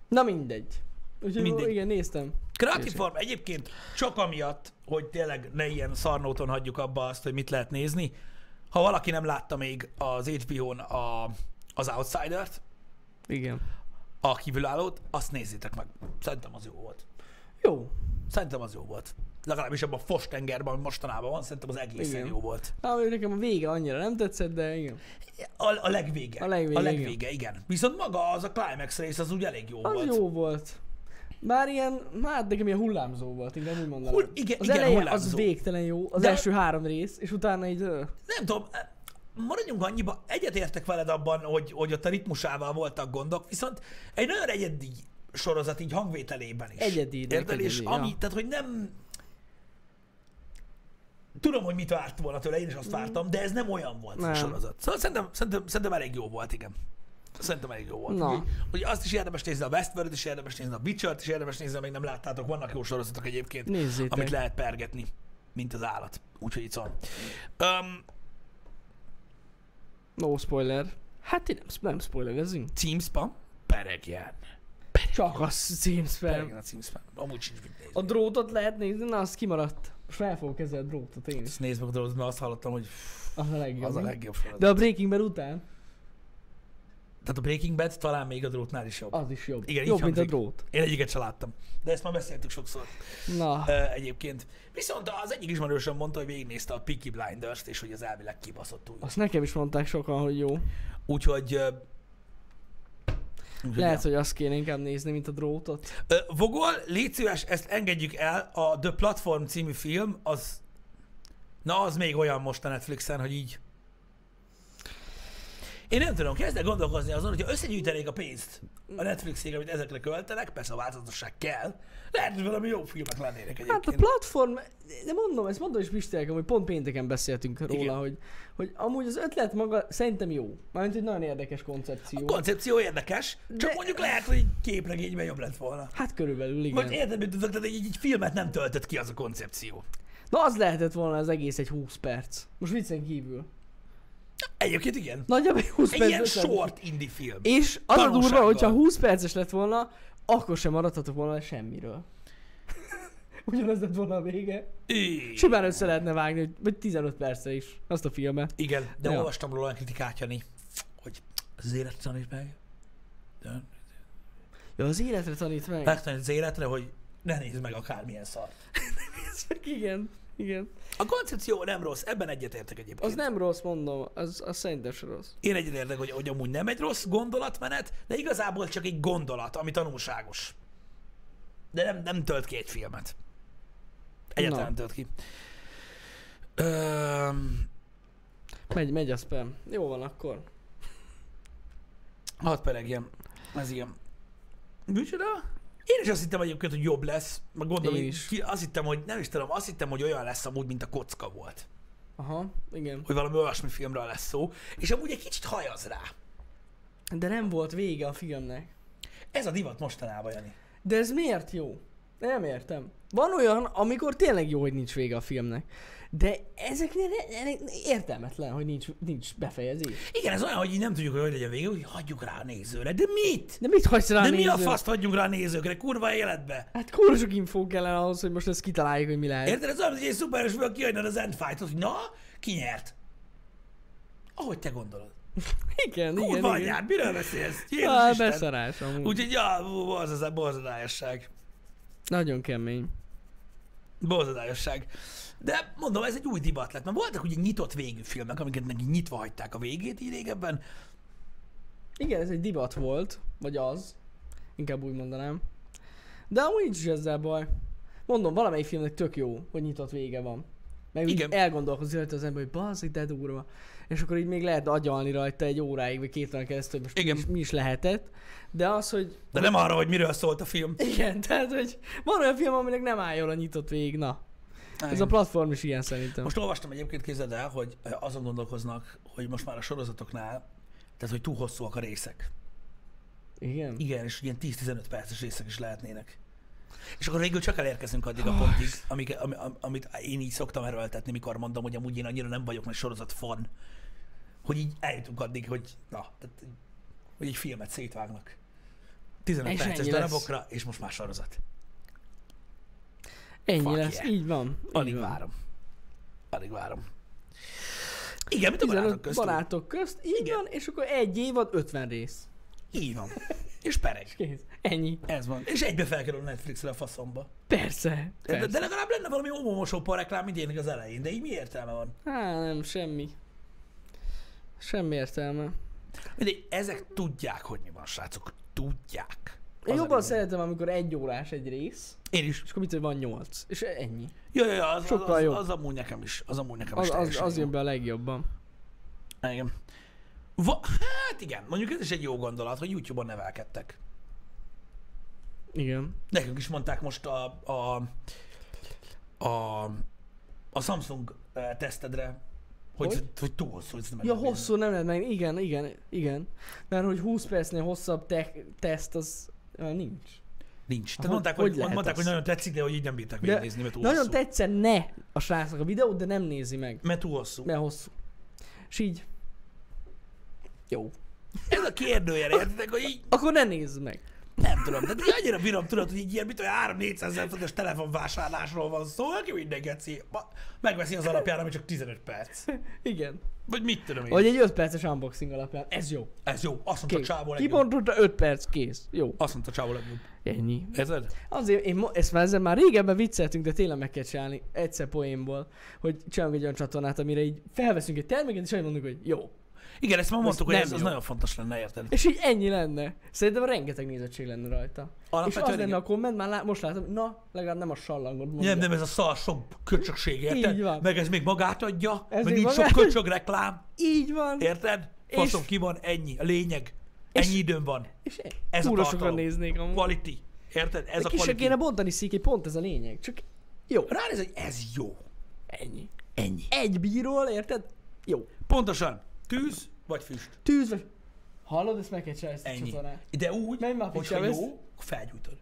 [SPEAKER 2] Na mindegy. Úgyhogy
[SPEAKER 1] Mindegy.
[SPEAKER 2] mindegy. igen, néztem.
[SPEAKER 1] Creative Farm egyébként csak amiatt, hogy tényleg ne ilyen szarnóton hagyjuk abba azt, hogy mit lehet nézni. Ha valaki nem látta még az HBO-n a, az Outsider-t,
[SPEAKER 2] Igen.
[SPEAKER 1] a kívülállót, azt nézzétek meg. Szerintem az jó volt.
[SPEAKER 2] Jó.
[SPEAKER 1] Szerintem az jó volt. Legalábbis abban a fostengerben, ami mostanában van, szerintem az egészen
[SPEAKER 2] Igen.
[SPEAKER 1] jó volt.
[SPEAKER 2] Hát mondjuk nekem a vége annyira nem tetszett, de igen.
[SPEAKER 1] A, a legvége.
[SPEAKER 2] A legvége,
[SPEAKER 1] a legvége igen. Viszont maga az a climax rész, az úgy elég jó
[SPEAKER 2] Az
[SPEAKER 1] volt.
[SPEAKER 2] jó volt. Bár ilyen, hát nekem ilyen hullámzó volt, inkább úgy mondanám.
[SPEAKER 1] Hull- igen,
[SPEAKER 2] az
[SPEAKER 1] igen,
[SPEAKER 2] eleje az
[SPEAKER 1] hullámzó.
[SPEAKER 2] végtelen jó, az
[SPEAKER 1] De-
[SPEAKER 2] első három rész, és utána így... ö,
[SPEAKER 1] Nem tudom, eh, maradjunk annyiba, egyetértek veled abban, hogy, hogy ott a ritmusával voltak gondok, viszont egy nagyon egyedi sorozat így hangvételében is.
[SPEAKER 2] Egyedinek
[SPEAKER 1] Érted? És
[SPEAKER 2] egyedi,
[SPEAKER 1] ami,
[SPEAKER 2] ja.
[SPEAKER 1] tehát hogy nem... Tudom, hogy mit várt volna tőle, én is azt vártam, de ez nem olyan volt nem.
[SPEAKER 2] Mm. Nem.
[SPEAKER 1] a sorozat. Szóval szerintem, szerintem, szerintem elég jó volt, igen. Szerintem elég jó volt.
[SPEAKER 2] Na.
[SPEAKER 1] Úgyhogy- Hogy azt is érdemes nézni a westworld is érdemes nézni a Witcher-t, is érdemes nézni, amíg nem láttátok, vannak jó sorozatok egyébként,
[SPEAKER 2] Nézzétek.
[SPEAKER 1] amit lehet pergetni, mint az állat. Úgyhogy itt van. Um,
[SPEAKER 2] No spoiler. Hát én nem, nem spoilerezünk.
[SPEAKER 1] Teamspan? Peregjen.
[SPEAKER 2] Csak a Sims
[SPEAKER 1] Peregjen
[SPEAKER 2] fel.
[SPEAKER 1] a Teamspan. Amúgy sincs mit nézni.
[SPEAKER 2] A drótot lehet nézni, na az kimaradt. Most fel fogok ezzel a drótot én is.
[SPEAKER 1] Ezt nézd meg a dolgot, mert azt hallottam, hogy
[SPEAKER 2] Az a legjobb.
[SPEAKER 1] az a
[SPEAKER 2] mi?
[SPEAKER 1] legjobb sorozat.
[SPEAKER 2] De a Breaking Bad után
[SPEAKER 1] Tehát a Breaking Bad talán még a drótnál is jobb.
[SPEAKER 2] az is jobb.
[SPEAKER 1] Igen, így
[SPEAKER 2] jobb, mint a
[SPEAKER 1] hangzik.
[SPEAKER 2] drót.
[SPEAKER 1] Én egyiket se láttam. De ezt már beszéltük sokszor
[SPEAKER 2] Na,
[SPEAKER 1] ö, egyébként. Viszont az egyik ismerősöm mondta, hogy végignézte a Peaky Blinders-t, és hogy az elvileg kibaszott új.
[SPEAKER 2] azt nekem is mondták sokan, hogy jó.
[SPEAKER 1] Úgyhogy... ö, úgyhogy
[SPEAKER 2] Lehet, hogy azt kéne inkább nézni, mint a drótot.
[SPEAKER 1] Ö, Vogol, légy szíves, ezt engedjük el, a The Platform című film, az, na az még olyan most a Netflixen, hogy így. Én nem tudom, kezdek gondolkozni azon, hogyha összegyűjtenék a pénzt a Netflixig, amit ezekre költenek, persze a változatosság kell, lehet, hogy valami jó filmek lennének
[SPEAKER 2] Hát a
[SPEAKER 1] egyébként.
[SPEAKER 2] platform, de mondom, ezt mondom is Pistelkem, hogy pont pénteken beszéltünk róla,
[SPEAKER 1] Igen.
[SPEAKER 2] hogy, hogy amúgy az ötlet maga szerintem jó. Mármint egy nagyon érdekes koncepció.
[SPEAKER 1] A koncepció érdekes, csak
[SPEAKER 2] De-
[SPEAKER 1] mondjuk lehet, hogy képregényben jobb lett volna.
[SPEAKER 2] Hát körülbelül igen.
[SPEAKER 1] Vagy érted, mit tudok, tehát egy, egy filmet nem töltött ki az a koncepció.
[SPEAKER 2] Na az lehetett volna az egész egy 20 perc. Most viccen kívül.
[SPEAKER 1] Egyébként igen.
[SPEAKER 2] Nagyjából egy 20
[SPEAKER 1] Egy
[SPEAKER 2] perc.
[SPEAKER 1] ilyen
[SPEAKER 2] ötlet.
[SPEAKER 1] short indie film.
[SPEAKER 2] És az a durva,
[SPEAKER 1] Tanulsággal.
[SPEAKER 2] hogyha 20 perces lett volna, akkor sem maradhatok volna le semmiről. <laughs> Ugyanaz lett volna a vége.
[SPEAKER 1] Így.
[SPEAKER 2] Simán össze lehetne vágni, hogy- vagy 15 percre is azt a filmet.
[SPEAKER 1] Igen, de
[SPEAKER 2] Ja.
[SPEAKER 1] ja. olvastam róla olyan kritikát, Jani, hogy az élet tanít meg.
[SPEAKER 2] Ja, az életre tanít meg.
[SPEAKER 1] Megtanít az életre, hogy ne nézd meg akármilyen szar.
[SPEAKER 2] Igen, igen.
[SPEAKER 1] A koncepció nem rossz, ebben egyetértek egyébként.
[SPEAKER 2] Az nem rossz, mondom, az, az szerintem se rossz.
[SPEAKER 1] Én egyetértek, hogy, hogy amúgy nem egy rossz gondolatmenet, de igazából csak egy gondolat, ami tanulságos. De nem, nem tölt ki egy filmet. Egyáltalán
[SPEAKER 2] Na.
[SPEAKER 1] nem tölt ki. Öm,
[SPEAKER 2] Megy, megy a spam. Jó van akkor.
[SPEAKER 1] Hadd peregjem. Ez igen. Micsoda? Én is azt hittem egyébként, hogy jobb lesz. Meg gondolom,
[SPEAKER 2] Én
[SPEAKER 1] én
[SPEAKER 2] is.
[SPEAKER 1] Ki, azt hittem, hogy nem is tudom, azt hittem, hogy olyan lesz amúgy, mint a kocka volt.
[SPEAKER 2] Aha, igen.
[SPEAKER 1] Hogy valami olyasmi filmről lesz szó. És amúgy egy kicsit hajaz rá.
[SPEAKER 2] De nem volt vége a filmnek.
[SPEAKER 1] Ez a divat mostanában, Jani.
[SPEAKER 2] De ez miért jó? Nem értem. Van olyan, amikor tényleg jó, hogy nincs vége a filmnek. De ezeknél e- e- értelmetlen, hogy nincs, nincs befejezés.
[SPEAKER 1] Igen, ez olyan, hogy így nem tudjuk, hogy hogy legyen vége, hogy hagyjuk rá a nézőre. De mit?
[SPEAKER 2] De mit hagysz rá
[SPEAKER 1] De mi
[SPEAKER 2] nézőre?
[SPEAKER 1] a faszt hagyjunk rá a nézőkre? Kurva életbe.
[SPEAKER 2] Hát kurva sok infó kellene ahhoz, hogy most ezt kitaláljuk, hogy mi lehet.
[SPEAKER 1] Érted? Ez olyan, hogy egy szuperhős föl kijönne az endfight hogy na, ki nyert? Ahogy te gondolod.
[SPEAKER 2] Igen, igen,
[SPEAKER 1] Kurva
[SPEAKER 2] igen.
[SPEAKER 1] anyád, miről beszélsz? Jézus
[SPEAKER 2] Á,
[SPEAKER 1] Isten.
[SPEAKER 2] beszarás amúgy.
[SPEAKER 1] Úgyhogy, ja, borzadályosság, borzadályosság.
[SPEAKER 2] Nagyon kemény.
[SPEAKER 1] Borzadályosság. De mondom, ez egy új divat lett, mert voltak ugye nyitott végű filmek, amiket neki nyitva hagyták a végét így régebben.
[SPEAKER 2] Igen, ez egy divat volt, vagy az, inkább úgy mondanám. De amúgy nincs is ezzel baj. Mondom, valamelyik filmnek tök jó, hogy nyitott vége van. Meg Igen.
[SPEAKER 1] Igen.
[SPEAKER 2] elgondolkozik rajta az ember, hogy bazzik, de durva. És akkor így még lehet agyalni rajta egy óráig, vagy két órán keresztül, hogy most
[SPEAKER 1] Igen.
[SPEAKER 2] Mi, is, mi is lehetett. De az, hogy... <laughs>
[SPEAKER 1] De nem arra, hogy miről szólt a film.
[SPEAKER 2] Igen, tehát, hogy van olyan film, aminek nem áll jól a nyitott vég, na. Ez a platform is ilyen szerintem. Most...
[SPEAKER 1] Most olvastam egyébként, képzeld el, hogy ö, azon gondolkoznak, hogy most már a sorozatoknál, tehát hogy túl hosszúak a részek.
[SPEAKER 2] Igen.
[SPEAKER 1] Igen, és ilyen 10-15 perces részek is lehetnének. És akkor végül csak elérkezünk addig a pontig, amik, am, am, amit én így szoktam erőltetni, mikor mondom, hogy amúgy én annyira nem vagyok nagy sorozat fan, hogy így eljutunk addig, hogy na, tehát, így- hogy egy filmet szétvágnak. 15
[SPEAKER 2] És
[SPEAKER 1] perces
[SPEAKER 2] ennyi lesz.
[SPEAKER 1] darabokra, és most már sorozat.
[SPEAKER 2] Ennyi
[SPEAKER 1] Fuck
[SPEAKER 2] lesz,
[SPEAKER 1] yeah.
[SPEAKER 2] így van.
[SPEAKER 1] Alig
[SPEAKER 2] így van.
[SPEAKER 1] várom. Alig várom. Igen, mint a
[SPEAKER 2] 15
[SPEAKER 1] barátok köztünk.
[SPEAKER 2] barátok közt, így
[SPEAKER 1] Igen.
[SPEAKER 2] van, és akkor egy évad 50 rész.
[SPEAKER 1] Így van. És pereg.
[SPEAKER 2] Kész. Ennyi.
[SPEAKER 1] Ez van. És egybe felkerül a Netflixre a faszomba.
[SPEAKER 2] Persze.
[SPEAKER 1] De,
[SPEAKER 2] Persze.
[SPEAKER 1] de legalább lenne valami omomosópa reklám idén az elején, de így mi értelme van?
[SPEAKER 2] Há, hát nem, semmi. Semmi értelme.
[SPEAKER 1] Mindegy, ezek tudják, hogy mi van, srácok. Tudják.
[SPEAKER 2] Én
[SPEAKER 1] a
[SPEAKER 2] jobban
[SPEAKER 1] lényeg.
[SPEAKER 2] szeretem, amikor egy órás egy rész,
[SPEAKER 1] Én is.
[SPEAKER 2] és akkor mit, hogy van nyolc, és ennyi.
[SPEAKER 1] Ja, ja, ja, az, az,
[SPEAKER 2] Sokkal
[SPEAKER 1] az,
[SPEAKER 2] jobb.
[SPEAKER 1] az, amúgy nekem is. Az amúgy nekem is
[SPEAKER 2] Az, az,
[SPEAKER 1] teljesen
[SPEAKER 2] az
[SPEAKER 1] jó.
[SPEAKER 2] jön be a legjobban.
[SPEAKER 1] Igen. Va, hát igen, mondjuk ez is egy jó gondolat, hogy YouTube-on nevelkedtek.
[SPEAKER 2] Igen.
[SPEAKER 1] Nekünk is mondták most a, a, a, a Samsung eh, tesztedre, hogy,
[SPEAKER 2] Hogy?
[SPEAKER 1] hogy? hogy túl hosszú. hogy ezt nem
[SPEAKER 2] Ja,
[SPEAKER 1] megnézem.
[SPEAKER 2] hosszú nem lehet meg, igen, igen, igen. Mert hogy 20 percnél hosszabb te- teszt, az ah, nincs.
[SPEAKER 1] Nincs. Tehát
[SPEAKER 2] Hogy-
[SPEAKER 1] mondták,
[SPEAKER 2] hogy
[SPEAKER 1] hogy,
[SPEAKER 2] lehet
[SPEAKER 1] mondták, hogy
[SPEAKER 2] az?
[SPEAKER 1] nagyon tetszik, de hogy így nem bírták
[SPEAKER 2] De
[SPEAKER 1] végignézni, mert túl
[SPEAKER 2] Nagyon
[SPEAKER 1] hosszú.
[SPEAKER 2] tetszene a srácnak a videót, de nem nézi meg,
[SPEAKER 1] Mert túl hosszú.
[SPEAKER 2] mert hosszú. És így. Jó.
[SPEAKER 1] Ez a kérdőjel, értitek, hogy így
[SPEAKER 2] Akkor ne nézd meg.
[SPEAKER 1] nem tudom. De így annyira bírom, tudod, hogy így ilyen, mint olyan 3 400 ezer forintos telefonvásárlásról van szó, aki minden geci. Ma- Megveszi az alapján, ami csak 15 perc.
[SPEAKER 2] Igen.
[SPEAKER 1] Vagy mit tudom én.
[SPEAKER 2] Vagy egy 5 perces unboxing alapján. Ez jó.
[SPEAKER 1] Ez jó. Azt mondta a
[SPEAKER 2] Kész.
[SPEAKER 1] csávó legjobb.
[SPEAKER 2] Kibontotta 5 perc, kész. Jó.
[SPEAKER 1] Azt mondta a csávó legjobb.
[SPEAKER 2] Ennyi.
[SPEAKER 1] Érted?
[SPEAKER 2] Azért, én mo- ezt már, ezzel már régebben vicceltünk, de tényleg meg kell csinálni egyszer poénból, hogy csinálunk egy olyan csatornát, amire így felveszünk egy terméket, és olyan mondunk, hogy jó.
[SPEAKER 1] Igen, ezt már mondtuk, hogy
[SPEAKER 2] nem
[SPEAKER 1] ez, ez
[SPEAKER 2] jó.
[SPEAKER 1] nagyon fontos lenne, érted?
[SPEAKER 2] És így ennyi lenne. Szerintem rengeteg nézettség lenne rajta.
[SPEAKER 1] Alapvetően
[SPEAKER 2] és az lenne
[SPEAKER 1] igen.
[SPEAKER 2] a komment, már lá- most látom, na, legalább nem a sallangot mondja.
[SPEAKER 1] Nem, nem, ez a szar sok köcsökség, érted?
[SPEAKER 2] Így van.
[SPEAKER 1] Meg ez még magát adja,
[SPEAKER 2] Ez
[SPEAKER 1] ez meg
[SPEAKER 2] még
[SPEAKER 1] nincs sok
[SPEAKER 2] magát-
[SPEAKER 1] köcsög reklám,
[SPEAKER 2] Így van.
[SPEAKER 1] érted?
[SPEAKER 2] És-
[SPEAKER 1] Faszom ki van, ennyi, a lényeg.
[SPEAKER 2] És-
[SPEAKER 1] Ennyi időm van.
[SPEAKER 2] És
[SPEAKER 1] Ez
[SPEAKER 2] ez
[SPEAKER 1] a
[SPEAKER 2] kurva
[SPEAKER 1] tartalom.
[SPEAKER 2] sokan néznék amúgy.
[SPEAKER 1] Quality. Érted? Ez
[SPEAKER 2] De
[SPEAKER 1] a
[SPEAKER 2] ki se
[SPEAKER 1] quality.
[SPEAKER 2] kéne bontani székét, pont ez a lényeg. Csak jó,
[SPEAKER 1] Ránéz, hogy ez jó.
[SPEAKER 2] ennyi.
[SPEAKER 1] Ennyi.
[SPEAKER 2] Egy bíról, érted? Jó.
[SPEAKER 1] Pontosan. Tűz vagy füst.
[SPEAKER 2] Tűz vagy... Hallod, ezt meg kell csinálni ezt a
[SPEAKER 1] Ennyi.
[SPEAKER 2] csatornát.
[SPEAKER 1] De úgy,
[SPEAKER 2] Menj már
[SPEAKER 1] hogyha
[SPEAKER 2] picsába,
[SPEAKER 1] jó, akkor felgyújtod.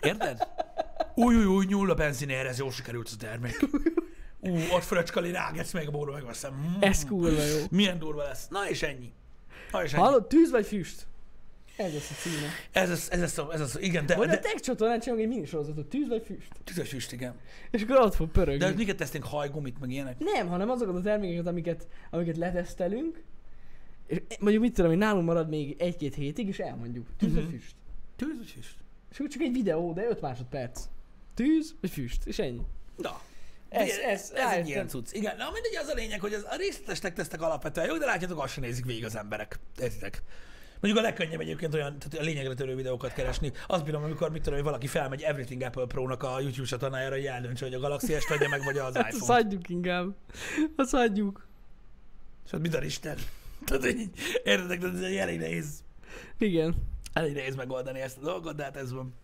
[SPEAKER 1] Érted? Új, új, új, nyúl a benzinére, ez jól sikerült az termék. Ú, ott fröcskali rágetsz meg, bóra megveszem. Mm.
[SPEAKER 2] Ez kurva jó.
[SPEAKER 1] Milyen durva lesz. Na és ennyi. Na és ennyi.
[SPEAKER 2] Hallod, tűz vagy füst? Ez lesz a címe.
[SPEAKER 1] Ez az, ez az, ez az, igen, de,
[SPEAKER 2] Vagy a
[SPEAKER 1] de
[SPEAKER 2] tech csatornán csinálunk egy minisorozatot, tűz vagy füst.
[SPEAKER 1] tüzes füst, igen.
[SPEAKER 2] És akkor ott fog pörögni.
[SPEAKER 1] De miket tesztünk hajgumit, meg ilyenek?
[SPEAKER 2] Nem, hanem azokat a termékeket, amiket, amiket letesztelünk, és e, mondjuk mit tudom, hogy nálunk marad még egy-két hétig, és elmondjuk. Tűz vagy füst.
[SPEAKER 1] Tűz vagy füst.
[SPEAKER 2] És akkor csak egy videó, de 5 másodperc. Tűz vagy füst, és ennyi.
[SPEAKER 1] Na.
[SPEAKER 2] Ez-
[SPEAKER 1] Ugye,
[SPEAKER 2] ez-
[SPEAKER 1] ez egy
[SPEAKER 2] rájöttem.
[SPEAKER 1] ilyen cucc. Igen, na mindegy, az a lényeg, hogy az, a részletes tesztek alapvetően jók, de látjátok, azt sem nézik végig az emberek. Értitek? Mondjuk a legkönnyebb egyébként olyan, tehát a lényegre törő videókat keresni. Azt bírom, amikor mit tudom, hogy valaki felmegy Everything Apple Pro-nak a YouTube csatornájára, hogy eldöntse, hogy a Galaxy S vegye meg, vagy az
[SPEAKER 2] Hát azt
[SPEAKER 1] iPhone.
[SPEAKER 2] hagyjuk inkább. Azt hagyjuk.
[SPEAKER 1] És hát mit a Isten? Tehát így, értitek, de ez egy elég nehéz
[SPEAKER 2] Igen.
[SPEAKER 1] Elég nehéz megoldani ezt a dolgot, de hát ez van.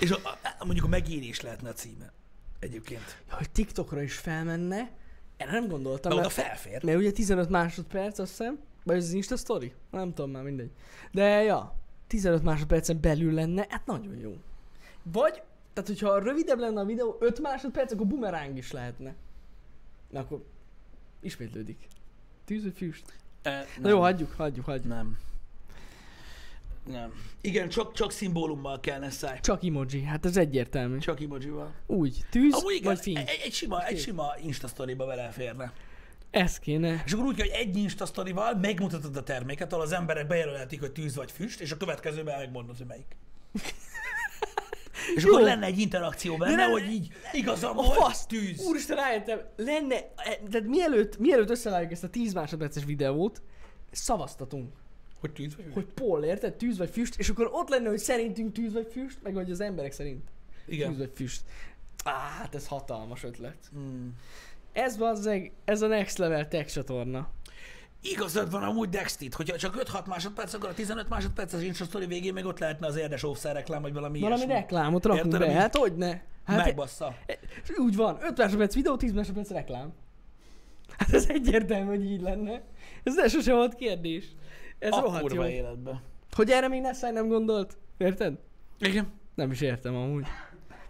[SPEAKER 1] És a, a, mondjuk a megírés lehetne a címe. Egyébként.
[SPEAKER 2] Ja, hogy TikTokra is felmenne, erre nem gondoltam,
[SPEAKER 1] Mert oda
[SPEAKER 2] mert,
[SPEAKER 1] felfér.
[SPEAKER 2] mert ugye 15 másodperc, azt hiszem, vagy ez az Insta story? Nem tudom már, mindegy. De ja, 15 másodpercen belül lenne, hát nagyon jó. Vagy, tehát hogyha rövidebb lenne a videó, 5 másodperc, akkor bumeráng is lehetne. Na akkor ismétlődik. Tűz vagy füst?
[SPEAKER 1] E,
[SPEAKER 2] Na jó, hagyjuk, hagyjuk, hagyjuk.
[SPEAKER 1] Nem. Nem. Igen, csak, csak szimbólummal kell száj.
[SPEAKER 2] Csak emoji, hát ez egyértelmű.
[SPEAKER 1] Csak emojival.
[SPEAKER 2] Úgy, tűz
[SPEAKER 1] Amúgy igen,
[SPEAKER 2] vagy
[SPEAKER 1] egy,
[SPEAKER 2] fény.
[SPEAKER 1] egy, sima, egy
[SPEAKER 2] Fény.
[SPEAKER 1] sima instasztoriba beleférne.
[SPEAKER 2] Ez kéne.
[SPEAKER 1] És akkor úgy, hogy egy instasztorival megmutatod a terméket, ahol az emberek bejelölhetik, hogy tűz vagy füst, és a következőben megmondod, hogy melyik. És
[SPEAKER 2] Jó.
[SPEAKER 1] akkor lenne egy interakció benne,
[SPEAKER 2] nem-
[SPEAKER 1] hogy így igazam
[SPEAKER 2] A
[SPEAKER 1] volt,
[SPEAKER 2] fasz!
[SPEAKER 1] tűz.
[SPEAKER 2] Úristen, rájöttem, lenne, e, tehát mielőtt, mielőtt összevágjuk ezt a 10 másodperces videót, szavaztatunk,
[SPEAKER 1] Hogy tűz vagy füst?
[SPEAKER 2] hogy Paul, érted? Tűz vagy füst, és akkor ott lenne, hogy szerintünk tűz vagy füst, meg hogy az emberek szerint tűz
[SPEAKER 1] Igen.
[SPEAKER 2] vagy füst. Á, hát ez hatalmas ötlet.
[SPEAKER 1] Mm.
[SPEAKER 2] Ez bazzeg, ez a Next Level Tech csatorna.
[SPEAKER 1] Igazad van amúgy Dextit, hogyha csak 5-6 másodperc, akkor a 15 másodperc az Insta story végén még ott lehetne az érdes óvszer reklám, vagy valami
[SPEAKER 2] Valami
[SPEAKER 1] ilyesmi.
[SPEAKER 2] reklámot rakunk
[SPEAKER 1] Érted,
[SPEAKER 2] be,
[SPEAKER 1] ami-
[SPEAKER 2] hát hogy ne? Hát
[SPEAKER 1] Megbassza.
[SPEAKER 2] e- e- úgy van, 5 másodperc videó, 10 másodperc reklám. Hát ez egyértelmű, hogy így lenne. Ez ne sose volt kérdés. Ez
[SPEAKER 1] a
[SPEAKER 2] rohadt jó.
[SPEAKER 1] kurva életbe.
[SPEAKER 2] Hogy erre még Nessai nem gondolt? Érted?
[SPEAKER 1] Igen.
[SPEAKER 2] Nem is értem amúgy.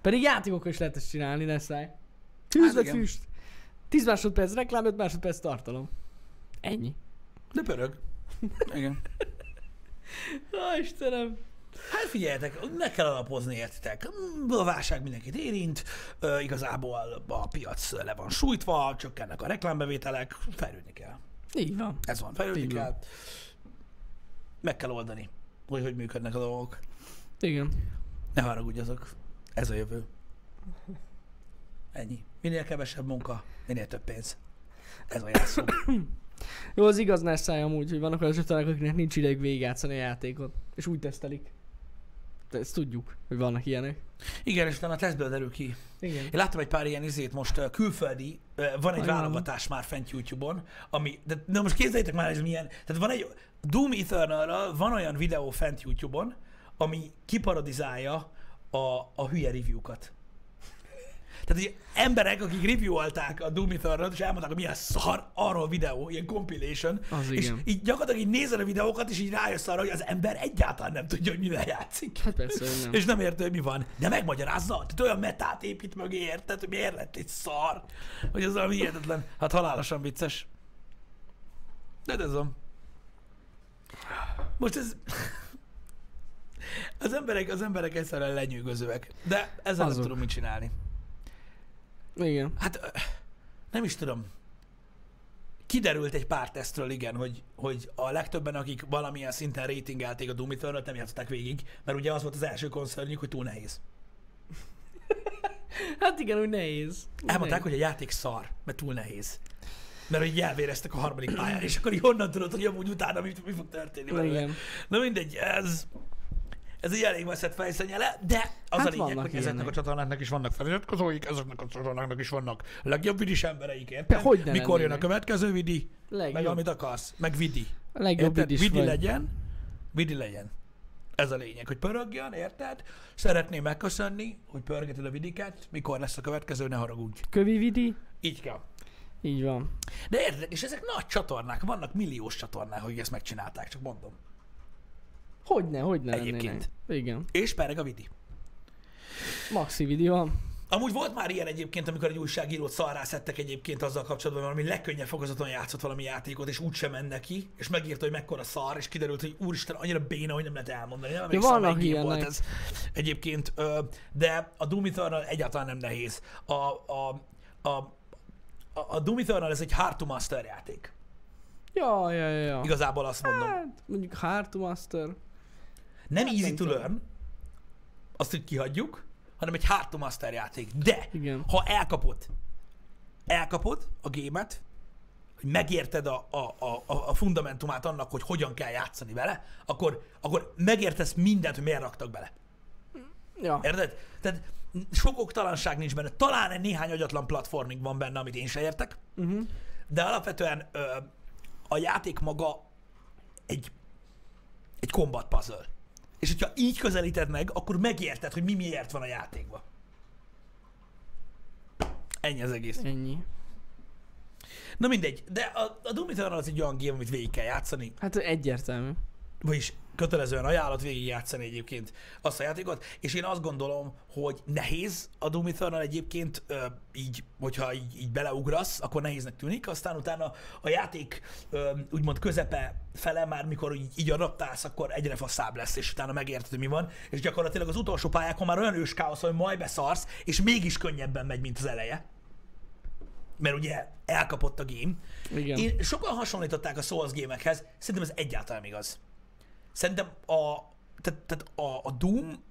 [SPEAKER 2] Pedig játékokkal is lehet ezt csinálni, Nessai. Tűz vagy
[SPEAKER 1] igen.
[SPEAKER 2] füst. 10 másodperc reklám, 5 másodperc tartalom. Ennyi.
[SPEAKER 1] De pörög. Igen.
[SPEAKER 2] Ó, Istenem.
[SPEAKER 1] Hát figyeljetek, meg kell alapozni, értitek. Mm, A válság mindenkit érint, ö, igazából a piac le van sújtva, csökkennek a reklámbevételek, fejlődni kell.
[SPEAKER 2] Így van.
[SPEAKER 1] Ez van, fejlődni
[SPEAKER 2] Így van.
[SPEAKER 1] kell. Meg kell oldani, hogy hogy működnek a dolgok.
[SPEAKER 2] Igen.
[SPEAKER 1] Ne haragudjatok, ez a jövő. Ennyi. Minél kevesebb munka, minél több pénz. Ez a jelszó.
[SPEAKER 2] Jó, az igaz Nessai amúgy, hogy vannak olyan csatornák, akiknek nincs ideig végigjátszani a játékot. És úgy tesztelik. De ezt tudjuk, hogy vannak ilyenek.
[SPEAKER 1] Igen, és utána a tesztből derül ki.
[SPEAKER 2] Igen.
[SPEAKER 1] Én láttam egy pár ilyen izét most ö, külföldi, ö, van egy
[SPEAKER 2] Ajaj.
[SPEAKER 1] válogatás már fent YouTube-on, ami, de, de most képzeljétek már, ez milyen, tehát van egy, Doom eternal van olyan videó fent YouTube-on, ami kiparodizálja a, a hülye review-kat. Tehát így emberek, akik reviewolták a Doom eternal és elmondták, hogy milyen szar, arról videó, ilyen compilation,
[SPEAKER 2] Az
[SPEAKER 1] és
[SPEAKER 2] igen.
[SPEAKER 1] így gyakorlatilag így nézel a videókat, és így rájössz arra, hogy az ember egyáltalán nem tudja, hogy mivel játszik.
[SPEAKER 2] Hát persze, hogy nem.
[SPEAKER 1] És nem érti, hogy mi van. De megmagyarázza, tehát olyan metát épít mögé, érted, hogy miért lett egy szar. Hogy ez valami hihetetlen. Hát halálosan vicces. De ez van. Most ez... <laughs> Az emberek, az emberek egyszerűen lenyűgözőek. De ezzel nem
[SPEAKER 2] Azok.
[SPEAKER 1] tudom mit csinálni.
[SPEAKER 2] Igen.
[SPEAKER 1] Hát ö, nem is tudom. Kiderült egy pár tesztről, igen, hogy, hogy a legtöbben, akik valamilyen szinten ratingelték a Doom Eternal-t, nem játszották végig, mert ugye az volt az első koncernjük, hogy túl nehéz.
[SPEAKER 2] Hát igen, úgy nehéz.
[SPEAKER 1] Elmondták, hogy a játék szar, mert túl nehéz. Mert hogy elvéreztek a harmadik pályán, és akkor így honnan tudod, hogy amúgy utána mi, mi fog történni
[SPEAKER 2] nehéz.
[SPEAKER 1] belőle.
[SPEAKER 2] Igen.
[SPEAKER 1] Na mindegy, ez, ez egy elég veszett fejszennyele, de az
[SPEAKER 2] Hát
[SPEAKER 1] a lényeg,
[SPEAKER 2] vannak
[SPEAKER 1] hogy ezeknek a
[SPEAKER 2] ilyenek.
[SPEAKER 1] csatornáknak is vannak feliratkozóik, ezeknek a csatornáknak is vannak legjobb vidis embereik,
[SPEAKER 2] De
[SPEAKER 1] érted?
[SPEAKER 2] hogy ne
[SPEAKER 1] Mikor jön a
[SPEAKER 2] lennének?
[SPEAKER 1] következő vidi, meg
[SPEAKER 2] Legjobb,
[SPEAKER 1] amit akarsz, meg vidi.
[SPEAKER 2] legjobb
[SPEAKER 1] Érted?
[SPEAKER 2] id is
[SPEAKER 1] Vidi
[SPEAKER 2] vagy.
[SPEAKER 1] legyen, vidi legyen. Ez a lényeg, hogy pörögjön, érted? Szeretném megköszönni, hogy pörgeted a vidiket, mikor lesz a következő, ne haragudj.
[SPEAKER 2] Kövi vidi?
[SPEAKER 1] Így kell.
[SPEAKER 2] Így van.
[SPEAKER 1] De érted, és ezek nagy csatornák, vannak milliós csatornák, hogy ezt megcsinálták, csak mondom.
[SPEAKER 2] Hogyne, hogyne
[SPEAKER 1] Egyébként.
[SPEAKER 2] lennének. Igen.
[SPEAKER 1] És pereg a vidi.
[SPEAKER 2] Maxi vidi van.
[SPEAKER 1] Amúgy volt már ilyen egyébként, amikor egy újságírót szarrá szedtek egyébként azzal kapcsolatban, mert valami legkönnyebb fokozaton játszott valami játékot, és úgyse ment neki, és megírta, hogy mekkora szar, és kiderült, hogy úristen, annyira béna, hogy nem lehet elmondani. Nem emlékszem,
[SPEAKER 2] vannak
[SPEAKER 1] melyik game volt
[SPEAKER 2] ilyenek.
[SPEAKER 1] ez egyébként, ö, de a Doom Eternal egyáltalán nem nehéz. A, a, a, a, a Doom Eternal ez egy hard to master játék.
[SPEAKER 2] Ja, ja, ja, ja.
[SPEAKER 1] Igazából azt mondom.
[SPEAKER 2] Hát, mondjuk Hard to Master.
[SPEAKER 1] Nem
[SPEAKER 2] Hát
[SPEAKER 1] easy
[SPEAKER 2] nem
[SPEAKER 1] to
[SPEAKER 2] tudom.
[SPEAKER 1] learn, azt úgy kihagyjuk, hanem egy hard to master játék. De,
[SPEAKER 2] Igen.
[SPEAKER 1] ha elkapod, elkapod a gémet, hogy megérted a, a, a, a a fundamentumát annak, hogy hogyan kell játszani vele, akkor, akkor megértesz mindent, hogy miért raktak bele.
[SPEAKER 2] Ja.
[SPEAKER 1] Érted? Tehát sok oktalanság nincs benne. Talán egy néhány agyatlan platforming van benne, amit én se értek,
[SPEAKER 2] Uh-huh.
[SPEAKER 1] de alapvetően ö, a játék maga egy, egy combat puzzle. És hogyha így közelíted meg, akkor megérted, hogy mi miért van a játékban. Ennyi az egész.
[SPEAKER 2] Ennyi.
[SPEAKER 1] Na mindegy, de a, a Doom Eternal az egy olyan game, amit végig kell játszani,
[SPEAKER 2] Hát egyértelmű.
[SPEAKER 1] vagyis kötelezően ajánlott végigjátszani egyébként azt a játékot, és én azt gondolom, hogy nehéz a Doom Eternal egyébként, ö, így, hogyha így, így beleugrasz, akkor nehéznek tűnik, aztán utána a játék ö, úgymond közepe fele már, mikor így, így a raptálsz, akkor egyre faszább lesz, és utána megérted, hogy mi van, és gyakorlatilag az utolsó pályákon már olyan ős káosz, hogy majd beszarsz, és mégis könnyebben megy, mint az eleje. Mert ugye elkapott a game,
[SPEAKER 2] Igen.
[SPEAKER 1] én sokan hasonlították a Souls gémekhez, szerintem ez egyáltalán nem igaz. Szerintem a, tehát, tehát a, a Doom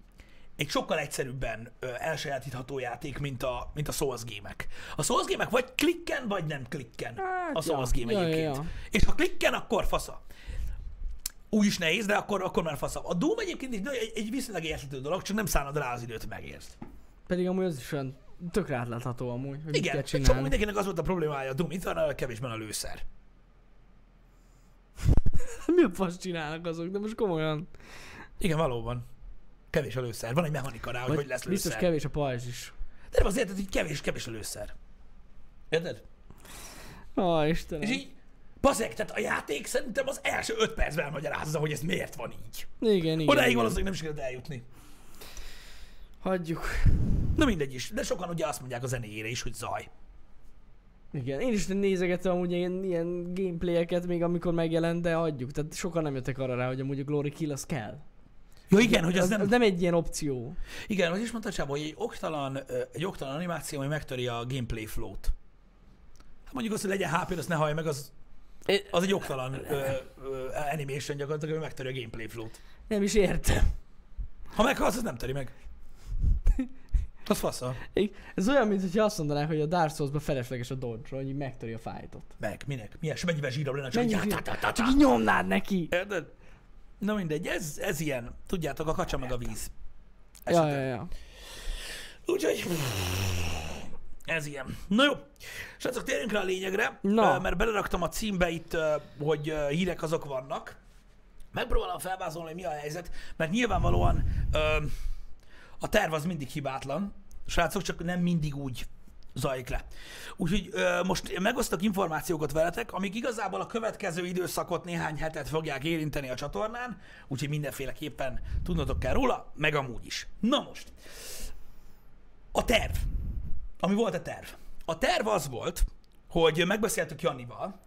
[SPEAKER 1] egy sokkal egyszerűbben ö, elsajátítható játék, mint a, mint a Souls gémek. A Souls gémek vagy klikken, vagy nem klikken.
[SPEAKER 2] Hát
[SPEAKER 1] a Souls
[SPEAKER 2] ja.
[SPEAKER 1] game
[SPEAKER 2] Ja, ja,
[SPEAKER 1] egyébként.
[SPEAKER 2] ja.
[SPEAKER 1] És ha klikken, akkor fasza. Úgy is nehéz, de akkor, akkor már fasza. A Doom egyébként egy, egy, egy viszonylag érthető dolog, csak nem szánod rá az időt, hogy megértsd.
[SPEAKER 2] Pedig amúgy az is olyan tökre átlátható amúgy, hogy mit
[SPEAKER 1] Igen,
[SPEAKER 2] kell
[SPEAKER 1] egy csomó
[SPEAKER 2] <laughs> csinálni.
[SPEAKER 1] mindenkinek az volt a problémája a Doom Eternal, kevésben a lőszer.
[SPEAKER 2] Mi a fasz csinálnak azok, de most komolyan.
[SPEAKER 1] Igen, valóban. Kevés a lőszer. Van egy mechanika rá, hogy hogy lesz
[SPEAKER 2] biztos
[SPEAKER 1] lőszer. Kev...
[SPEAKER 2] kevés a pajzs is.
[SPEAKER 1] De nem azért, hogy kevés, kevés a lőszer. Érted?
[SPEAKER 2] Ó, Istenem.
[SPEAKER 1] És így, bazeg, tehát a játék szerintem az első öt percben elmagyarázza, hogy ez miért van így.
[SPEAKER 2] Igen, igen.
[SPEAKER 1] Odáig
[SPEAKER 2] igen.
[SPEAKER 1] valószínűleg nem sikerült eljutni.
[SPEAKER 2] Hagyjuk.
[SPEAKER 1] Na mindegy is, de sokan ugye azt mondják a zenéjére is, hogy zaj.
[SPEAKER 2] Igen, én is nézegettem amúgy ilyen, ilyen gameplayeket még amikor megjelent, de hagyjuk. Tehát sokan nem jöttek arra rá, hogy amúgy a Glory Kill az kell.
[SPEAKER 1] Jó, igen, hogy
[SPEAKER 2] Az
[SPEAKER 1] az
[SPEAKER 2] nem...
[SPEAKER 1] nem...
[SPEAKER 2] az nem egy ilyen opció.
[SPEAKER 1] Igen, hogy is mondta Csaba, hogy egy oktalan, ö, egy oktalan animáció, ami megtöri a gameplay flow-t. Hát mondjuk az, hogy legyen HP, azt ne hallja meg, az, az egy oktalan ö, ö, animation gyakorlatilag, ami megtöri a gameplay flow-t.
[SPEAKER 2] Nem is értem.
[SPEAKER 1] Ha meghalsz, az nem töri meg. Az fasza.
[SPEAKER 2] Ég- Ez olyan, mint hogyha azt mondanák, hogy a Dark Souls-ban felesleges a dodge, hogy így megtöri a fájtot.
[SPEAKER 1] Meg, minek? Milyen, és mennyivel zsírabb lenne, csak
[SPEAKER 2] Mennyi
[SPEAKER 1] így-
[SPEAKER 2] zsír- Csak így nyomnád neki.
[SPEAKER 1] Érted? Na mindegy, ez, ez ilyen. Tudjátok, a kacsa meg a víz.
[SPEAKER 2] Ja, ja, ja.
[SPEAKER 1] Úgyhogy... Ez ilyen. Na jó, srácok, térjünk rá a lényegre,
[SPEAKER 2] Na.
[SPEAKER 1] ö, mert beleraktam a címbe itt, ö, hogy ö, hírek azok vannak. Megpróbálom felvázolni, hogy mi a helyzet, mert nyilvánvalóan ö, a terv az mindig hibátlan, srácok, csak nem mindig úgy zajlik le. Úgyhogy ö, most megosztok információkat veletek, amik igazából a következő időszakot néhány hetet fogják érinteni a csatornán, úgyhogy mindenféleképpen tudnotok kell róla, meg amúgy is. Na most, a terv. Ami volt a terv. A terv az volt, hogy megbeszéltük Jannival,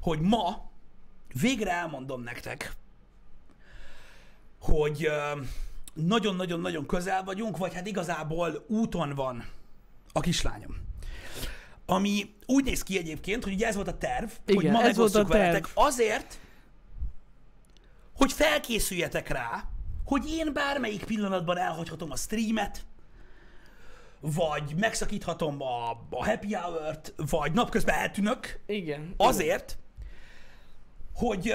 [SPEAKER 1] hogy ma végre elmondom nektek, hogy ö, nagyon-nagyon-nagyon közel vagyunk, vagy hát igazából úton van a kislányom. Ami úgy néz ki egyébként, hogy ugye ez volt a terv, hogy
[SPEAKER 2] Igen,
[SPEAKER 1] ma
[SPEAKER 2] ez volt a
[SPEAKER 1] megosztjuk
[SPEAKER 2] terv.
[SPEAKER 1] veletek azért, hogy felkészüljetek rá, hogy én bármelyik pillanatban elhagyhatom a streamet, vagy megszakíthatom a, a happy hour-t, vagy napközben eltűnök,
[SPEAKER 2] Igen.
[SPEAKER 1] azért, hogy ö,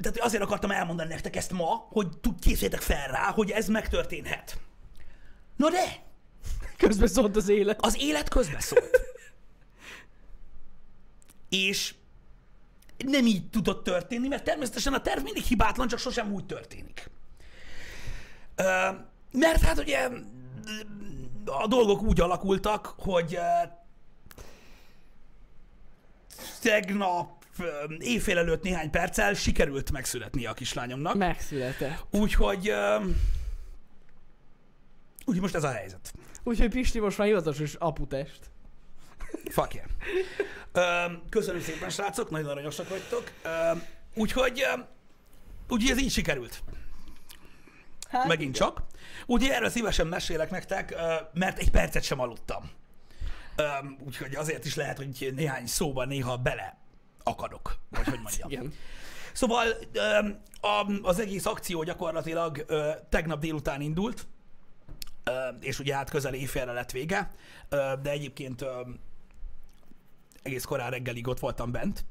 [SPEAKER 1] tehát azért akartam elmondani nektek ezt ma, hogy tud, készüljetek fel rá, hogy ez megtörténhet. Na de,
[SPEAKER 2] Közben szólt az élet.
[SPEAKER 1] az élet közbeszólt. És nem így tudott történni, mert természetesen a terv mindig hibátlan, csak sosem úgy történik. Ö, mert hát ugye a dolgok úgy alakultak, hogy ö, tegnap ö, éjfél előtt néhány perccel sikerült megszületnie a kislányomnak.
[SPEAKER 2] Megszületett.
[SPEAKER 1] Úgyhogy, ö, úgyhogy most ez a helyzet.
[SPEAKER 2] Úgyhogy Pisti most már hivatalos aputest.
[SPEAKER 1] Fuck yeah. Öm, Köszönöm szépen, srácok, nagyon aranyosak vagytok. Öm, Úgyhogy, öm, úgyhogy ez így sikerült,
[SPEAKER 2] Hát,
[SPEAKER 1] megint csak. Úgyhogy erről szívesen mesélek nektek, ö, mert egy percet sem aludtam. Öm, Úgyhogy azért is lehet, hogy néhány szóban néha bele akadok, vagy hogy mondjam.
[SPEAKER 2] Igen.
[SPEAKER 1] Szóval öm, a- az egész akció gyakorlatilag ö, tegnap délután indult, ö, és ugye hát közel éjfélre lett vége, ö, de egyébként ö, egész korán reggelig ott voltam bent.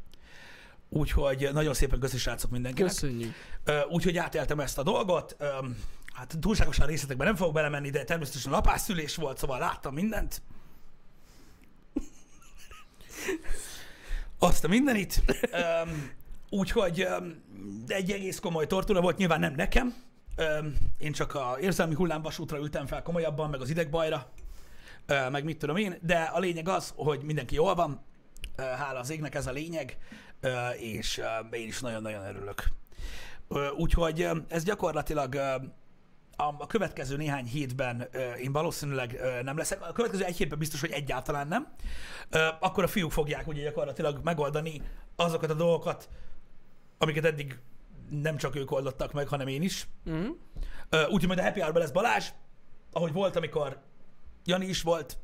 [SPEAKER 1] Úgyhogy nagyon szépen köszi srácok mindenkinek.
[SPEAKER 2] Köszönjük.
[SPEAKER 1] Ö, Úgyhogy átéltem ezt a dolgot. Ö, Hát túlságosan részletekben nem fogok belemenni, de természetesen lapásszülés volt, szóval láttam mindent. Azt a mindenit. Öm, Úgyhogy öm, egy egész komoly tortúra volt, nyilván nem nekem. Öm, Én csak a érzelmi hullámvasútra ültem fel komolyabban, meg az idegbajra, ö, meg mit tudom én, de a lényeg az, hogy mindenki jól van, Ö, hála az égnek ez a lényeg, Ö, és ö, én is nagyon-nagyon örülök. Ö, Úgyhogy ö, ez gyakorlatilag ö, a, a következő néhány hétben ö, én valószínűleg ö, nem leszek. A következő egy hétben biztos, hogy egyáltalán nem. Ö, Akkor a fiúk fogják ugye gyakorlatilag megoldani azokat a dolgokat, amiket eddig nem csak ők oldottak meg, hanem én is.
[SPEAKER 2] Mm.
[SPEAKER 1] Ö, Úgyhogy majd a happy hour lesz Balázs, ahogy volt, amikor Jani is volt,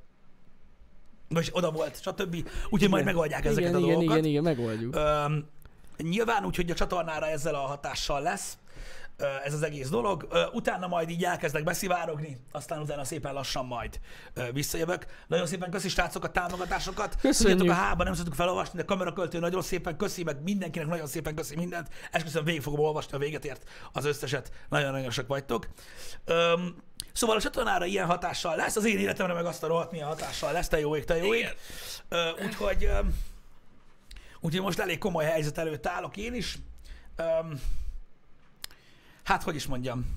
[SPEAKER 1] vagy oda volt, stb. Úgyhogy igen. majd
[SPEAKER 2] Igen.
[SPEAKER 1] megoldják ezeket
[SPEAKER 2] igen,
[SPEAKER 1] a dolgokat.
[SPEAKER 2] Igen, igen, igen, megoldjuk.
[SPEAKER 1] Öm, nyilván úgy, hogy a csatornára ezzel a hatással lesz ö, ez az egész dolog. Ö, utána majd így elkezdek beszivárogni, aztán utána szépen lassan majd ö, visszajövök. Nagyon szépen köszi srácok a támogatásokat.
[SPEAKER 2] Köszönjük.
[SPEAKER 1] Tudjátok, a hába nem tudtuk felolvasni, de kameraköltő nagyon szépen köszi, meg mindenkinek nagyon szépen köszi mindent. Esküszöm, végig fogom olvasni a véget ért az összeset. Nagyon aranyosak vagytok. Öm, Szóval a csatornára ilyen hatással lesz, az én életemre meg azt a rohadt milyen hatással lesz, te jó ég, te jó ég. Ö, Úgyhogy öm, Úgyhogy most elég komoly helyzet előtt állok én is. Öm, hát, hogy is mondjam,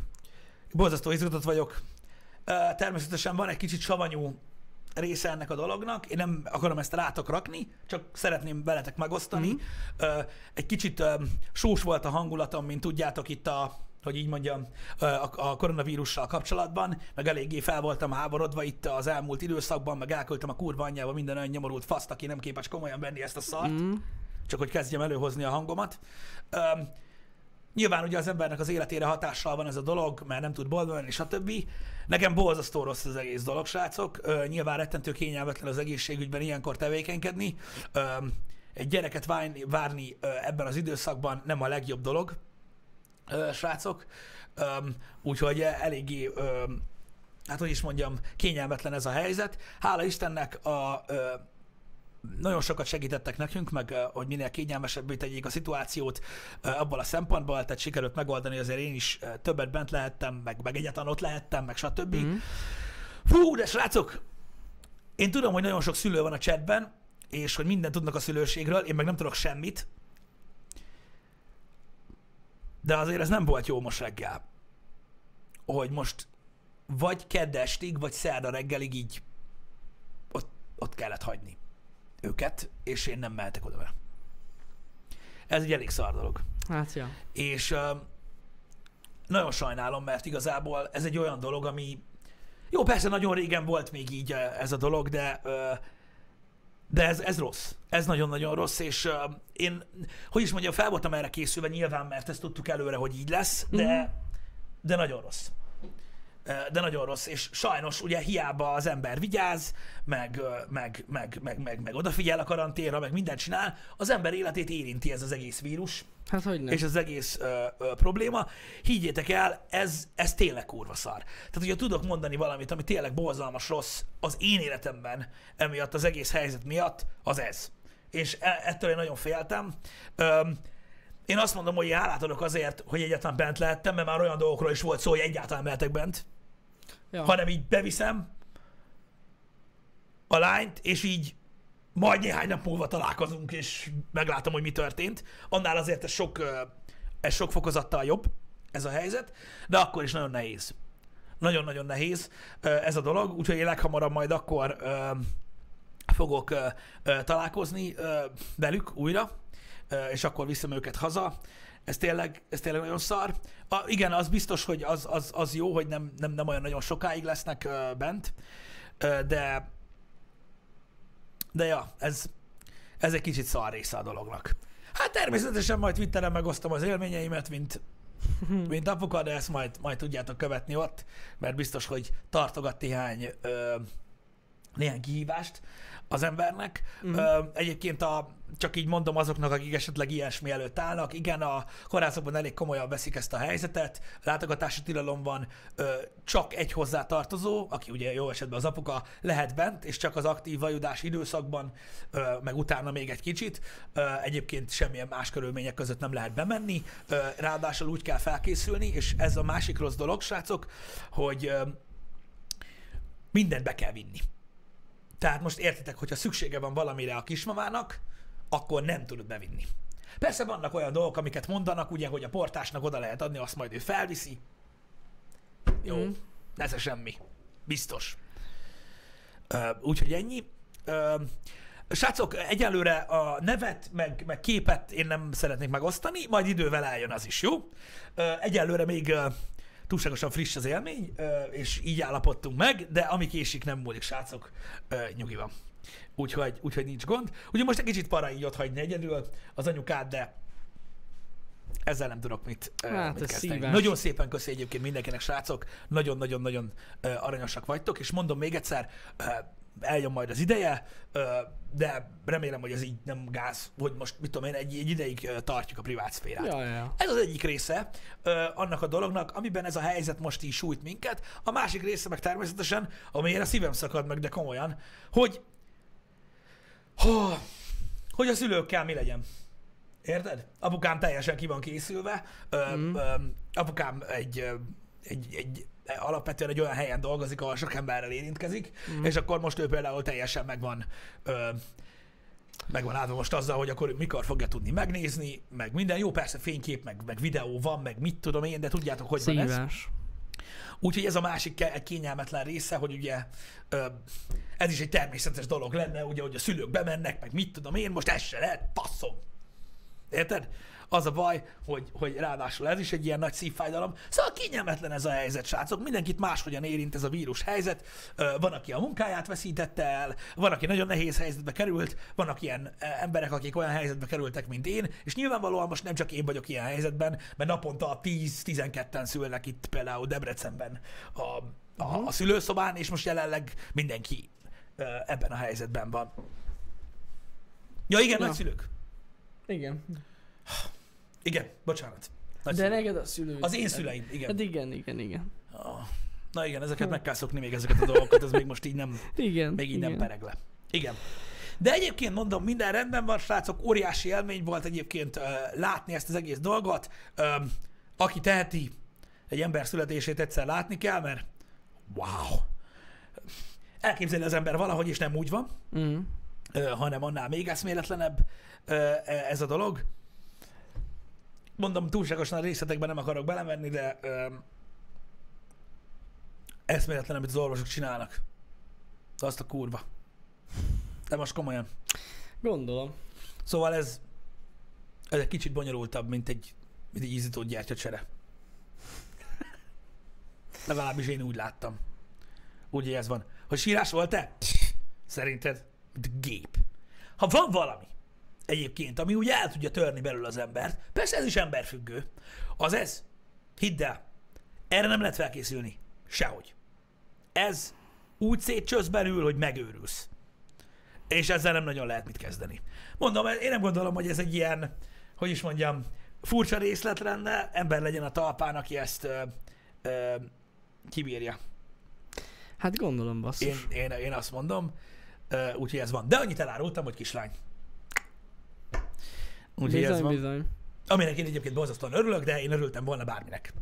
[SPEAKER 1] borzasztó izgatott vagyok. Ö, természetesen van egy kicsit savanyú része ennek a dolognak. Én nem akarom ezt rátok rakni, csak szeretném veletek megosztani. Ö, egy kicsit ö, sós volt a hangulatom, mint tudjátok itt a hogy így mondjam, ö, a, a koronavírussal kapcsolatban, meg eléggé fel voltam háborodva itt az elmúlt időszakban, meg elköltem a kurva anyjába minden olyan nyomorult faszt, aki nem képes komolyan venni ezt a szart csak hogy kezdjem előhozni a hangomat. Öm, Nyilván ugye az embernek az életére hatással van ez a dolog, mert nem tud boldog lenni, stb. Nekem borzasztó rossz az egész dolog, srácok. Ö, nyilván rettentő kényelmetlen az egészségügyben ilyenkor tevékenykedni. Ö, egy gyereket várni, várni ö, ebben az időszakban nem a legjobb dolog, ö, srácok. Ö, úgyhogy eléggé ö, hát hogy is mondjam, kényelmetlen ez a helyzet. Hála Istennek a, ö, nagyon sokat segítettek nekünk, meg ö, hogy minél kényelmesebbé tegyék a szituációt ö, abból a szempontból, tehát sikerült megoldani, azért én is ö, többet bent lehettem, meg, meg egyáltalán ott lehettem, meg stb. Mm. Fú, de srácok, én tudom, hogy nagyon sok szülő van a chatben, és hogy mindent tudnak a szülőségről, én meg nem tudok semmit, de azért ez nem volt jó most reggel, hogy most vagy kedd estig, vagy szerda reggelig így ott, ott kellett hagyni őket, és én nem mehetek oda vele. Ez egy elég szar dolog.
[SPEAKER 2] Hát ja.
[SPEAKER 1] És ö, nagyon sajnálom, mert igazából ez egy olyan dolog, ami... Jó, persze nagyon régen volt még így ö, ez a dolog, de ö, de ez, ez rossz. Ez nagyon-nagyon rossz, és ö, én, hogy is mondjam, fel voltam erre készülve nyilván, mert ezt tudtuk előre, hogy így lesz, de,
[SPEAKER 2] Mhm.
[SPEAKER 1] de nagyon rossz. Ö, De nagyon rossz, és sajnos ugye hiába az ember vigyáz, meg, ö, meg, meg, meg, meg, meg odafigyel a karanténra, meg mindent csinál, az ember életét érinti ez az egész vírus,
[SPEAKER 2] Hát hogy nem.
[SPEAKER 1] és az egész ö, ö, probléma. Higgyétek el, ez, ez tényleg kurva szar. Tehát, hogyha tudok mondani valamit, ami tényleg borzalmas rossz az én életemben, emiatt az egész helyzet miatt, az ez. És e- ettől én nagyon féltem. Öm, én azt mondom, hogy hálát adok azért, hogy egyáltalán bent lehettem, mert már olyan dolgokról is volt szó, hogy egyáltalán mehetek bent,
[SPEAKER 2] ja.
[SPEAKER 1] hanem így beviszem a lányt, és így majd néhány nap múlva találkozunk, és meglátom, hogy mi történt. Annál azért ez sok, ö, ez sok fokozattal jobb, ez a helyzet, de akkor is nagyon nehéz. Nagyon-nagyon nehéz ö, ez a dolog, úgyhogy én leghamarabb majd akkor ö, fogok ö, ö, találkozni ö, velük újra, ö, és akkor viszem őket haza. Ez tényleg, ez tényleg nagyon szar. A, igen, az biztos, hogy az, az, az jó, hogy nem, nem, nem olyan nagyon sokáig lesznek ö, bent, ö, de de ja, ez, ez egy kicsit szar része a dolognak. Hát természetesen majd Twitteren megosztom az élményeimet, mint, mint apuka, de ezt majd, majd tudjátok követni ott, mert biztos, hogy tartogat néhány, ö, néhány kihívást az embernek. Mm. Ö, egyébként a, csak így mondom azoknak, akik esetleg ilyesmi előtt állnak, igen, a kórházakban elég komolyan veszik ezt a helyzetet, látogatási tilalom van, ö, csak egy hozzátartozó, aki ugye jó esetben az apuka, lehet bent, és csak az aktív vajudási időszakban, ö, meg utána még egy kicsit. Ö, egyébként semmilyen más körülmények között nem lehet bemenni, ö, ráadásul úgy kell felkészülni, és ez a másik rossz dolog, srácok, hogy ö, mindent be kell vinni. Tehát most értitek, hogyha szüksége van valamire a kismamának, akkor nem tudod bevinni. Persze vannak olyan dolgok, amiket mondanak, ugye, hogy a portásnak oda lehet adni, azt majd ő felviszi. Jó,
[SPEAKER 2] Mm-hmm.
[SPEAKER 1] mm. ez se semmi. Biztos. Ö, Úgyhogy ennyi. Ö, Srácok, egyelőre a nevet, meg, meg képet én nem szeretnék megosztani, majd idővel eljön az is, jó? Ö, Egyelőre még ö, túlságosan friss az élmény, ö, és így állapodtunk meg, de ami késik, nem múlik, srácok, Ö, nyugi van. Úgyhogy, úgyhogy nincs gond. Ugye most egy kicsit para így ott hagyni egyedül az anyukát, de ezzel nem tudok mit, ö,
[SPEAKER 2] Hát,
[SPEAKER 1] mit
[SPEAKER 2] ez
[SPEAKER 1] kezdeni.
[SPEAKER 2] szívás.
[SPEAKER 1] Nagyon szépen köszi egyébként mindenkinek, srácok. Nagyon-nagyon-nagyon ö, aranyosak vagytok, és mondom még egyszer, ö, eljön majd az ideje, ö, de remélem, hogy ez így nem gáz, hogy most, mit tudom én, egy, egy ideig ö, tartjuk a privát szférát.
[SPEAKER 2] Ja, ja.
[SPEAKER 1] Ez az egyik része ö, annak a dolognak, amiben ez a helyzet most így sújt minket. A másik része meg természetesen, amilyen a szívem szakad meg, de komolyan, hogy Hó, hogy a szülőkkel mi legyen. Érted? Apukám teljesen ki van készülve. Ö, mm. ö, apukám egy, ö, egy, egy alapvetően egy olyan helyen dolgozik, ahol sok emberrel érintkezik, mm. és akkor most ő például teljesen megvan ö, megvan állva most azzal, hogy akkor ő mikor fogja tudni megnézni, meg minden. Jó, persze fénykép, meg, meg videó van, meg mit tudom én, de tudjátok, hogy van ez.
[SPEAKER 2] Szívás.
[SPEAKER 1] Úgyhogy ez a másik ke- egy kényelmetlen része, hogy ugye ö, ez is egy természetes dolog lenne, ugye, hogy a szülők bemennek, meg mit tudom én, most ez se lehet, passzom. Érted? Az a baj, hogy, hogy ráadásul ez is egy ilyen nagy szívfájdalom. Szóval kényelmetlen ez a helyzet, srácok. Mindenkit máshogyan érint ez a vírus helyzet. Ö, Van, aki a munkáját veszítette el, van, aki nagyon nehéz helyzetbe került, vannak ilyen ö, emberek, akik olyan helyzetbe kerültek, mint én, és nyilvánvalóan most nem csak én vagyok ilyen helyzetben, mert naponta 10-12-en szülnek itt például Debrecenben a, a, a szülőszobán, és most jelenleg mindenki ö, ebben a helyzetben van. Ja igen,
[SPEAKER 2] Ja.
[SPEAKER 1] nagyszülők.
[SPEAKER 2] Igen.
[SPEAKER 1] Igen, bocsánat.
[SPEAKER 2] De
[SPEAKER 1] Nagyszülők.
[SPEAKER 2] neked a szülőd.
[SPEAKER 1] Az én szüleim, igen.
[SPEAKER 2] Hát igen, igen, igen.
[SPEAKER 1] Ah, Na igen, ezeket meg kell szokni még ezeket a dolgokat, ez még most így nem,
[SPEAKER 2] Igen.
[SPEAKER 1] még így
[SPEAKER 2] igen.
[SPEAKER 1] nem pereg le. Igen. De egyébként mondom, minden rendben van, srácok, óriási élmény volt egyébként ö, látni ezt az egész dolgot. Ö, aki teheti, egy ember születését egyszer látni kell, mert wow! Elképzelni az ember valahogy, és nem úgy van,
[SPEAKER 2] Mm.
[SPEAKER 1] ö, hanem annál még eszméletlenebb ö, e, ez a dolog. Mondom, túlságosan a részletekben nem akarok belemenni, de ö, eszméletlen, amit az orvosok csinálnak. Azt a kurva. De most komolyan.
[SPEAKER 2] Gondolom.
[SPEAKER 1] Szóval ez, ez egy kicsit bonyolultabb, mint egy, mint egy ízított gyertyacsere. Legalábbis én úgy láttam. Úgy, hogy ez van. Hogy sírás volt-e? Pff, Szerinted? Mint gép. Ha van valami, egyébként, ami úgy el tudja törni belül az embert, persze ez is emberfüggő, az ez. Hidd el, erre nem lehet felkészülni. Sehogy. Ez úgy szétcsösz belül, hogy megőrülsz és ezzel nem nagyon lehet mit kezdeni. Mondom, én nem gondolom, hogy ez egy ilyen, hogy is mondjam, furcsa részlet lenne, ember legyen a talpán, aki ezt ö, ö, kibírja.
[SPEAKER 2] Hát gondolom, basszus.
[SPEAKER 1] Én, én, én azt mondom, ö, úgyhogy ez van. De annyit elárultam, hogy kislány. Úgyhogy ez
[SPEAKER 2] bizony,
[SPEAKER 1] van.
[SPEAKER 2] bizony.
[SPEAKER 1] Aminek én egyébként borzasztóan örülök, de én örültem volna bárminek.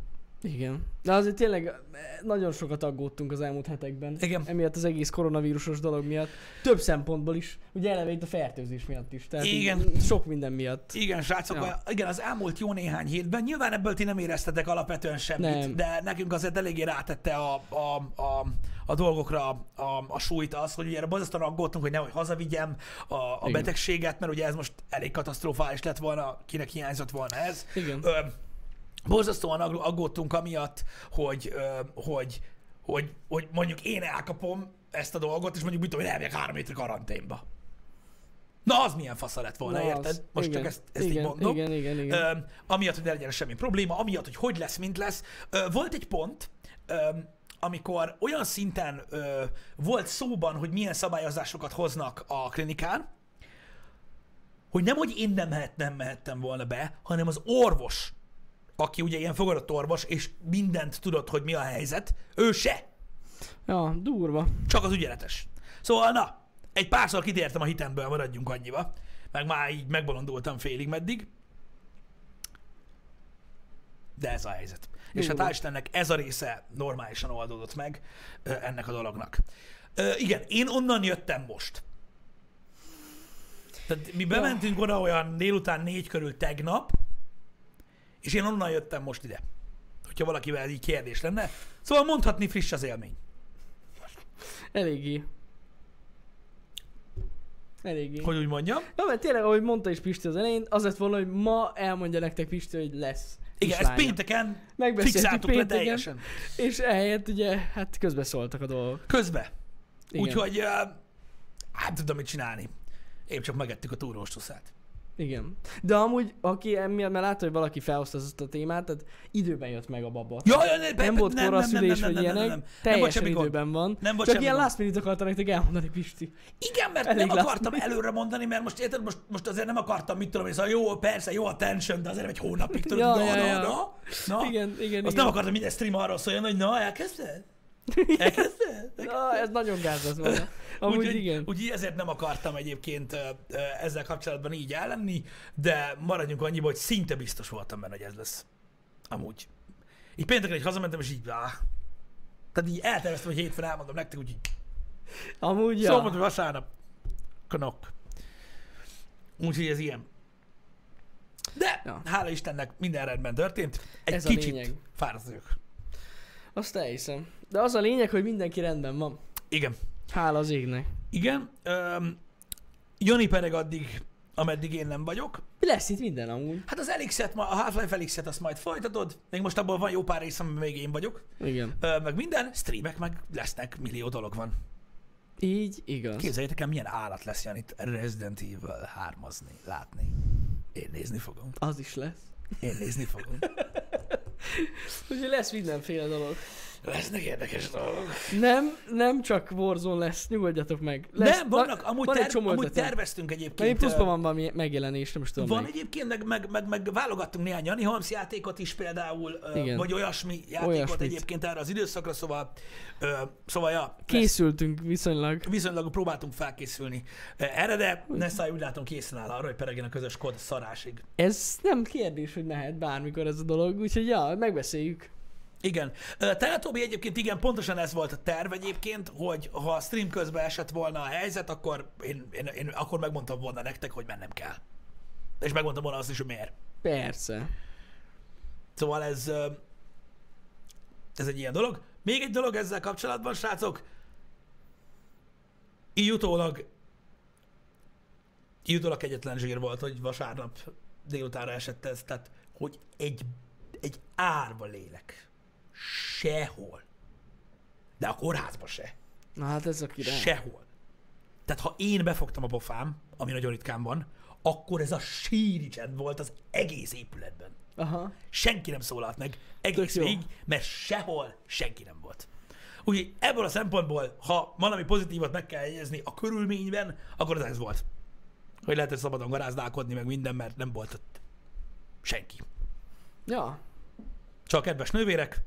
[SPEAKER 2] Igen. De azért tényleg eh, nagyon sokat aggódtunk az elmúlt hetekben.
[SPEAKER 1] Igen.
[SPEAKER 2] Emiatt az egész koronavírusos dolog miatt. Több szempontból is. Ugye eleve itt a fertőzés miatt is. Tehát így
[SPEAKER 1] Igen.
[SPEAKER 2] Sok minden miatt.
[SPEAKER 1] Igen, srácok,
[SPEAKER 2] Ja.
[SPEAKER 1] igen, az elmúlt jó néhány hétben, nyilván ebből ti nem éreztetek alapvetően semmit,
[SPEAKER 2] Nem.
[SPEAKER 1] de nekünk azért eléggé rátette a, a, a, a dolgokra a, a súlyt az, hogy ugye erre borzasztóan aggódtunk, hogy nehogy hazavigyem a, a
[SPEAKER 2] Igen.
[SPEAKER 1] betegséget, mert ugye ez most elég katasztrofális lett volna, kinek hiányzott volna ez.
[SPEAKER 2] Igen.
[SPEAKER 1] Ö, borzasztóan agg- aggódtunk amiatt, hogy, ö, hogy, hogy, hogy mondjuk én elkapom ezt a dolgot, és mondjuk mit tudom, én elmegyek három hétre karanténba. Na, az milyen fasza lett volna,
[SPEAKER 2] Na,
[SPEAKER 1] érted?
[SPEAKER 2] az.
[SPEAKER 1] Most
[SPEAKER 2] igen.
[SPEAKER 1] csak ezt, ezt
[SPEAKER 2] igen.
[SPEAKER 1] így mondom.
[SPEAKER 2] Igen, igen, igen.
[SPEAKER 1] Ö, amiatt, hogy ne legyen semmi probléma, amiatt, hogy hogy lesz, mint lesz. Ö, volt egy pont, ö, amikor olyan szinten ö, volt szóban, hogy milyen szabályozásokat hoznak a klinikán, hogy nem, hogy én nem, mehet, nem mehettem volna be, hanem az orvos, aki ugye ilyen fogadott orvos, és mindent tudott, hogy mi a helyzet, ő se,
[SPEAKER 2] Ja, durva.
[SPEAKER 1] csak az ügyeletes. Szóval na, egy párszor kitértem a hitemből, maradjunk annyiba, meg már így megbolondultam félig meddig. De ez a helyzet. És hát
[SPEAKER 2] Jó.
[SPEAKER 1] hál' Istennek ez a része normálisan oldódott meg ö, ennek a dolognak. Ö, igen, én onnan jöttem most. Tehát mi bementünk oda olyan délután négy körül tegnap, és én onnan jöttem most ide. Hogyha valakivel így kérdés lenne. Szóval mondhatni friss az élmény.
[SPEAKER 2] Eléggé. Eléggé.
[SPEAKER 1] Hogy úgy mondjam.
[SPEAKER 2] Na, mert tényleg, ahogy mondta is Pisti az elején, az lett volna, hogy ma elmondja nektek Pisti, hogy lesz.
[SPEAKER 1] Igen, ezt
[SPEAKER 2] kislánya.
[SPEAKER 1] pénteken
[SPEAKER 2] Megbeszéltük
[SPEAKER 1] fixáltuk le
[SPEAKER 2] pénteken,
[SPEAKER 1] teljesen.
[SPEAKER 2] és ehelyett ugye, hát közbeszóltak a dolgok.
[SPEAKER 1] Közbe.
[SPEAKER 2] Igen.
[SPEAKER 1] Úgyhogy ö, hát tudom mit csinálni. Épp csak megettük a túrós tuszát.
[SPEAKER 2] Igen. De amúgy, aki emiatt, mert látta, hogy valaki felhozta ezt a témát, tehát időben jött meg a baba.
[SPEAKER 1] Ja, ja, ne,
[SPEAKER 2] nem volt koraszülés,
[SPEAKER 1] nem,
[SPEAKER 2] vagy
[SPEAKER 1] nem, nem, nem,
[SPEAKER 2] ilyenek,
[SPEAKER 1] nem. Nem volt
[SPEAKER 2] teljesen
[SPEAKER 1] semmi gond.
[SPEAKER 2] időben van.
[SPEAKER 1] Nem volt
[SPEAKER 2] Csak
[SPEAKER 1] semmi
[SPEAKER 2] ilyen
[SPEAKER 1] gond.
[SPEAKER 2] last minute akarta nektek elmondani, Pisti.
[SPEAKER 1] Igen, mert
[SPEAKER 2] Elég
[SPEAKER 1] nem
[SPEAKER 2] látni.
[SPEAKER 1] akartam előre mondani, mert most érted, most, most azért nem akartam, mit tudom, én, szóval jó, persze, jó a tension, de azért nem egy hónapig tudod,
[SPEAKER 2] Ja,
[SPEAKER 1] na,
[SPEAKER 2] ja,
[SPEAKER 1] na,
[SPEAKER 2] ja.
[SPEAKER 1] na, na.
[SPEAKER 2] Igen, igen,
[SPEAKER 1] Azt
[SPEAKER 2] igen.
[SPEAKER 1] nem
[SPEAKER 2] <laughs>
[SPEAKER 1] akartam, minden stream arról szóljon, hogy na, elkezdted? Elkezdted?
[SPEAKER 2] Na, ez nagyon gáz az volna. Amúgy
[SPEAKER 1] Úgyhogy
[SPEAKER 2] igen.
[SPEAKER 1] Úgy ezért nem akartam egyébként ö, ö, ezzel kapcsolatban így ellenni, de maradjunk annyiba, hogy szinte biztos voltam benne, hogy ez lesz. Amúgy. Így pénteken így hazamentem, és így áh. Tehát így elterveztem, hogy hétfőn elmondom nektek, úgyhogy
[SPEAKER 2] Amúgy
[SPEAKER 1] ja. szombat
[SPEAKER 2] ja.
[SPEAKER 1] vagy vasárnap. Knok. Úgyhogy ez ilyen. De ja.
[SPEAKER 2] Ja.
[SPEAKER 1] hála Istennek minden rendben történt. Egy
[SPEAKER 2] Ez a
[SPEAKER 1] kicsit
[SPEAKER 2] lényeg.
[SPEAKER 1] fáradt vagyok.
[SPEAKER 2] Azt elhiszem. De az a lényeg, hogy mindenki rendben van.
[SPEAKER 1] Igen.
[SPEAKER 2] Hála az égnek.
[SPEAKER 1] Igen. Öm, Jani pedig addig ameddig én nem vagyok.
[SPEAKER 2] Lesz itt minden amúgy.
[SPEAKER 1] Hát az Elixet, ma- a Half-Life Elixet azt majd folytatod, még most abból van jó pár rész, amiben még én vagyok,
[SPEAKER 2] Igen.
[SPEAKER 1] Ö, meg minden, streamek meg lesznek, millió dolog van.
[SPEAKER 2] Így igaz.
[SPEAKER 1] Képzeljétek el, milyen állat lesz ilyen itt Resident Evil 3 látni. Én nézni fogom.
[SPEAKER 2] Az is lesz.
[SPEAKER 1] Én nézni fogom.
[SPEAKER 2] Úgyhogy lesz mindenféle dolog.
[SPEAKER 1] Lesznek érdekes dolgok.
[SPEAKER 2] Nem, nem csak Warzone lesz, nyugodjatok meg. Lesz,
[SPEAKER 1] Nem, vannak, amúgy,
[SPEAKER 2] van egy
[SPEAKER 1] ter-
[SPEAKER 2] csomó
[SPEAKER 1] amúgy
[SPEAKER 2] ötletem.
[SPEAKER 1] terveztünk
[SPEAKER 2] Mert
[SPEAKER 1] egyébként.
[SPEAKER 2] pluszban
[SPEAKER 1] ö,
[SPEAKER 2] van valami megjelenés, nem is tudom
[SPEAKER 1] Van
[SPEAKER 2] melyik.
[SPEAKER 1] egyébként, meg, meg, meg, meg válogattunk néhány Jani Holmes játékot is például, ö,
[SPEAKER 2] Igen.
[SPEAKER 1] vagy olyasmi játékot
[SPEAKER 2] Olyasmit.
[SPEAKER 1] egyébként erre az időszakra, szóval, ö, szóval ja, lesz.
[SPEAKER 2] Készültünk viszonylag.
[SPEAKER 1] viszonylag próbáltunk felkészülni ö, erre, de ne száj úgy látom készen áll arra, hogy peregjen a közös kód szarásig.
[SPEAKER 2] Ez nem kérdés, hogy lehet bármikor ez a dolog, úgyhogy ja, megbeszéljük.
[SPEAKER 1] Igen. Ö, Teletóbi egyébként igen, pontosan ez volt a terv egyébként, hogy ha a stream közben esett volna a helyzet, akkor én, én, én akkor megmondtam volna nektek, hogy mennem kell. És megmondtam volna azt is, hogy miért.
[SPEAKER 2] Persze.
[SPEAKER 1] Szóval ez, ö, ez egy ilyen dolog. Még egy dolog ezzel kapcsolatban, srácok, így utólag, így utólag egyetlen zsír volt, hogy vasárnap délutánra esett ez, tehát hogy egy, egy árva lélek. Sehol. De a kórházba se.
[SPEAKER 2] Na hát ez a király.
[SPEAKER 1] Sehol. Tehát ha én befogtam a pofám, ami nagyon ritkán van, akkor ez a síri csend volt az egész épületben
[SPEAKER 2] Aha.
[SPEAKER 1] senki nem szólalt meg egész
[SPEAKER 2] Tök jó.
[SPEAKER 1] végig, mert sehol senki nem volt. Úgyhogy ebből a szempontból, ha valami pozitívat meg kell jegyezni a körülményben, akkor az ez volt. Hogy lehetett szabadon garázdálkodni, meg minden, mert nem volt ott senki.
[SPEAKER 2] Ja.
[SPEAKER 1] Csak kedves nővérek,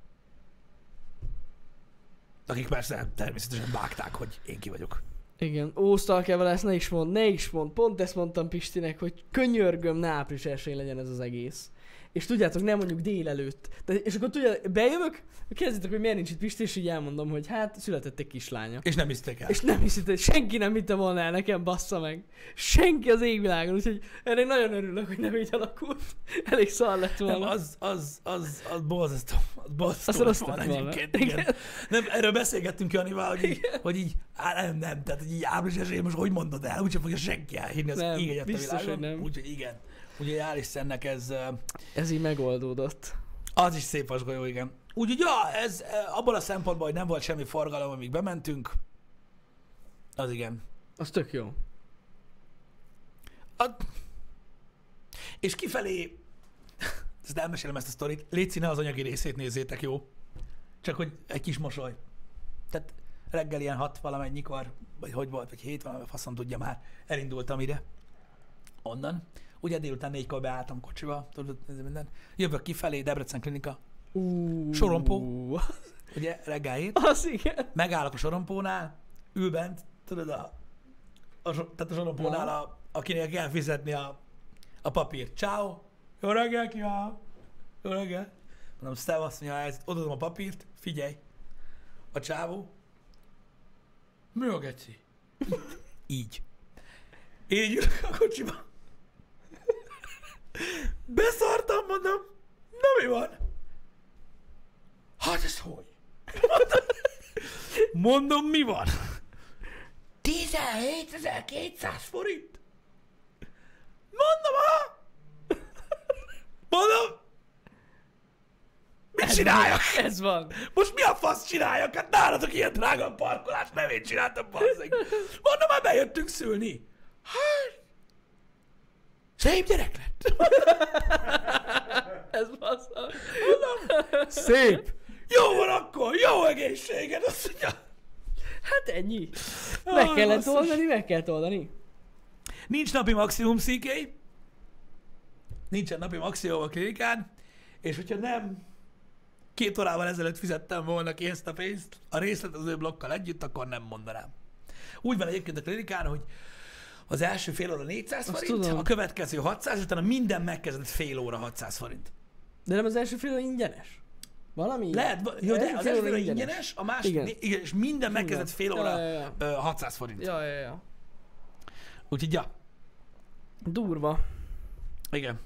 [SPEAKER 1] akik persze természetesen vágták, hogy én ki vagyok.
[SPEAKER 2] Igen. Ó, Stalkervel ezt ne is mond, ne is mond. Pont ezt mondtam Pistinek, hogy könyörgöm, ne április elsőjén legyen ez az egész. És tudjátok, nem mondjuk délelőtt. De, és akkor tudjátok, bejövök, kérdezitek, hogy miért nincs itt Pisti, és így elmondom, hogy hát született egy kislánya.
[SPEAKER 1] És nem hisztek el.
[SPEAKER 2] És nem hiszitek, senki nem hitte volna el nekem, bassza meg. Senki az égvilágon, úgyhogy erre nagyon örülök, hogy nem így alakult. Elég szar lett
[SPEAKER 1] Nem,
[SPEAKER 2] volna.
[SPEAKER 1] az, az, az, az borzasztó. Az borzasztó
[SPEAKER 2] Azt
[SPEAKER 1] lett
[SPEAKER 2] rossz
[SPEAKER 1] volna
[SPEAKER 2] lett volna.
[SPEAKER 1] egyébként, igen. Nem, erről beszélgettünk Janival, hogy, így- hogy így, á, nem, nem, tehát hogy így április esélyem, most hogy mondod el, úgyse fogja senki elhinni az
[SPEAKER 2] Nem,
[SPEAKER 1] ég egyet a
[SPEAKER 2] biztos, hogy
[SPEAKER 1] világon.
[SPEAKER 2] nem.
[SPEAKER 1] Úgyhogy igen. Úgyhogy hál' Istennek ez, ö,
[SPEAKER 2] Ez így megoldódott.
[SPEAKER 1] az is szép az golyó, igen. Úgyhogy ja, ez ö, abból a szempontból, hogy nem volt semmi forgalom, amíg bementünk, az igen.
[SPEAKER 2] Az tök jó.
[SPEAKER 1] A... És kifelé, <laughs> ezt elmesélem ezt a sztorit, légy színe az anyagi részét nézzétek, jó? Csak hogy egy kis mosoly. Tehát reggel ilyen hat valamennyikor, vagy hogy volt, vagy hét valami, faszom tudja már, elindultam ide. Onnan. Ugye délután négykor beálltam kocsiba, tudod, ez minden. Jövök kifelé, Debrecen klinika,
[SPEAKER 2] Uh,
[SPEAKER 1] Sorompó. ugye reggel hét
[SPEAKER 2] <laughs> Az igen.
[SPEAKER 1] megállok a sorompónál, ül bent, tudod, a, a, so- tehát a sorompónál, a, akinek kell fizetni a, a papírt. Ciao, jó reggel, kívánok! Jó reggel! Mondom, szevasz, mondja, ez, odadom a papírt, figyelj! A csávó. Mi a geci? <laughs> Így. Így ülök a kocsiba. Beszartam, mondom. Na mi van? Hát ez hogy? <laughs> Mondom, mi van? 17.200 forint? Mondom, ha? Mondom, mit csináljak?
[SPEAKER 2] Ez van.
[SPEAKER 1] Most mi a fasz csináljak? Hát nálatok ilyen drága parkolást nem én csináltam, bazzeg. Mondom, már bejöttünk szülni. Hát... Szép gyerek lett.
[SPEAKER 2] Ez bassza.
[SPEAKER 1] Szép. Jó van akkor, jó egészséged, azt mondja.
[SPEAKER 2] Hát ennyi. Meg
[SPEAKER 1] Aj,
[SPEAKER 2] kellett
[SPEAKER 1] basszus.
[SPEAKER 2] oldani, meg kellett oldani.
[SPEAKER 1] Nincs napi maximum CK. Nincsen napi maximum a klinikán. És hogyha nem két órával ezelőtt fizettem volna ki ezt a pénzt, a részletező blokkal együtt, akkor nem mondanám. Úgy van egyébként a klinikán, hogy az első fél óra 400
[SPEAKER 2] Azt
[SPEAKER 1] forint,
[SPEAKER 2] tudom.
[SPEAKER 1] a következő 600, és utána minden megkezdett fél óra 600 forint.
[SPEAKER 2] De nem az első fél ingyenes? Valami? ilyen?
[SPEAKER 1] Lehet, ba- jó, de
[SPEAKER 2] Első
[SPEAKER 1] az
[SPEAKER 2] fél
[SPEAKER 1] első
[SPEAKER 2] óra
[SPEAKER 1] fél óra ingyenes, a másik,
[SPEAKER 2] Igen.
[SPEAKER 1] igen. igen, és minden megkezdett fél
[SPEAKER 2] Ja,
[SPEAKER 1] óra
[SPEAKER 2] ja, ja.
[SPEAKER 1] ö, 600 forint.
[SPEAKER 2] Ja, ja, ja.
[SPEAKER 1] Úgyhogy ja.
[SPEAKER 2] Durva.
[SPEAKER 1] Igen.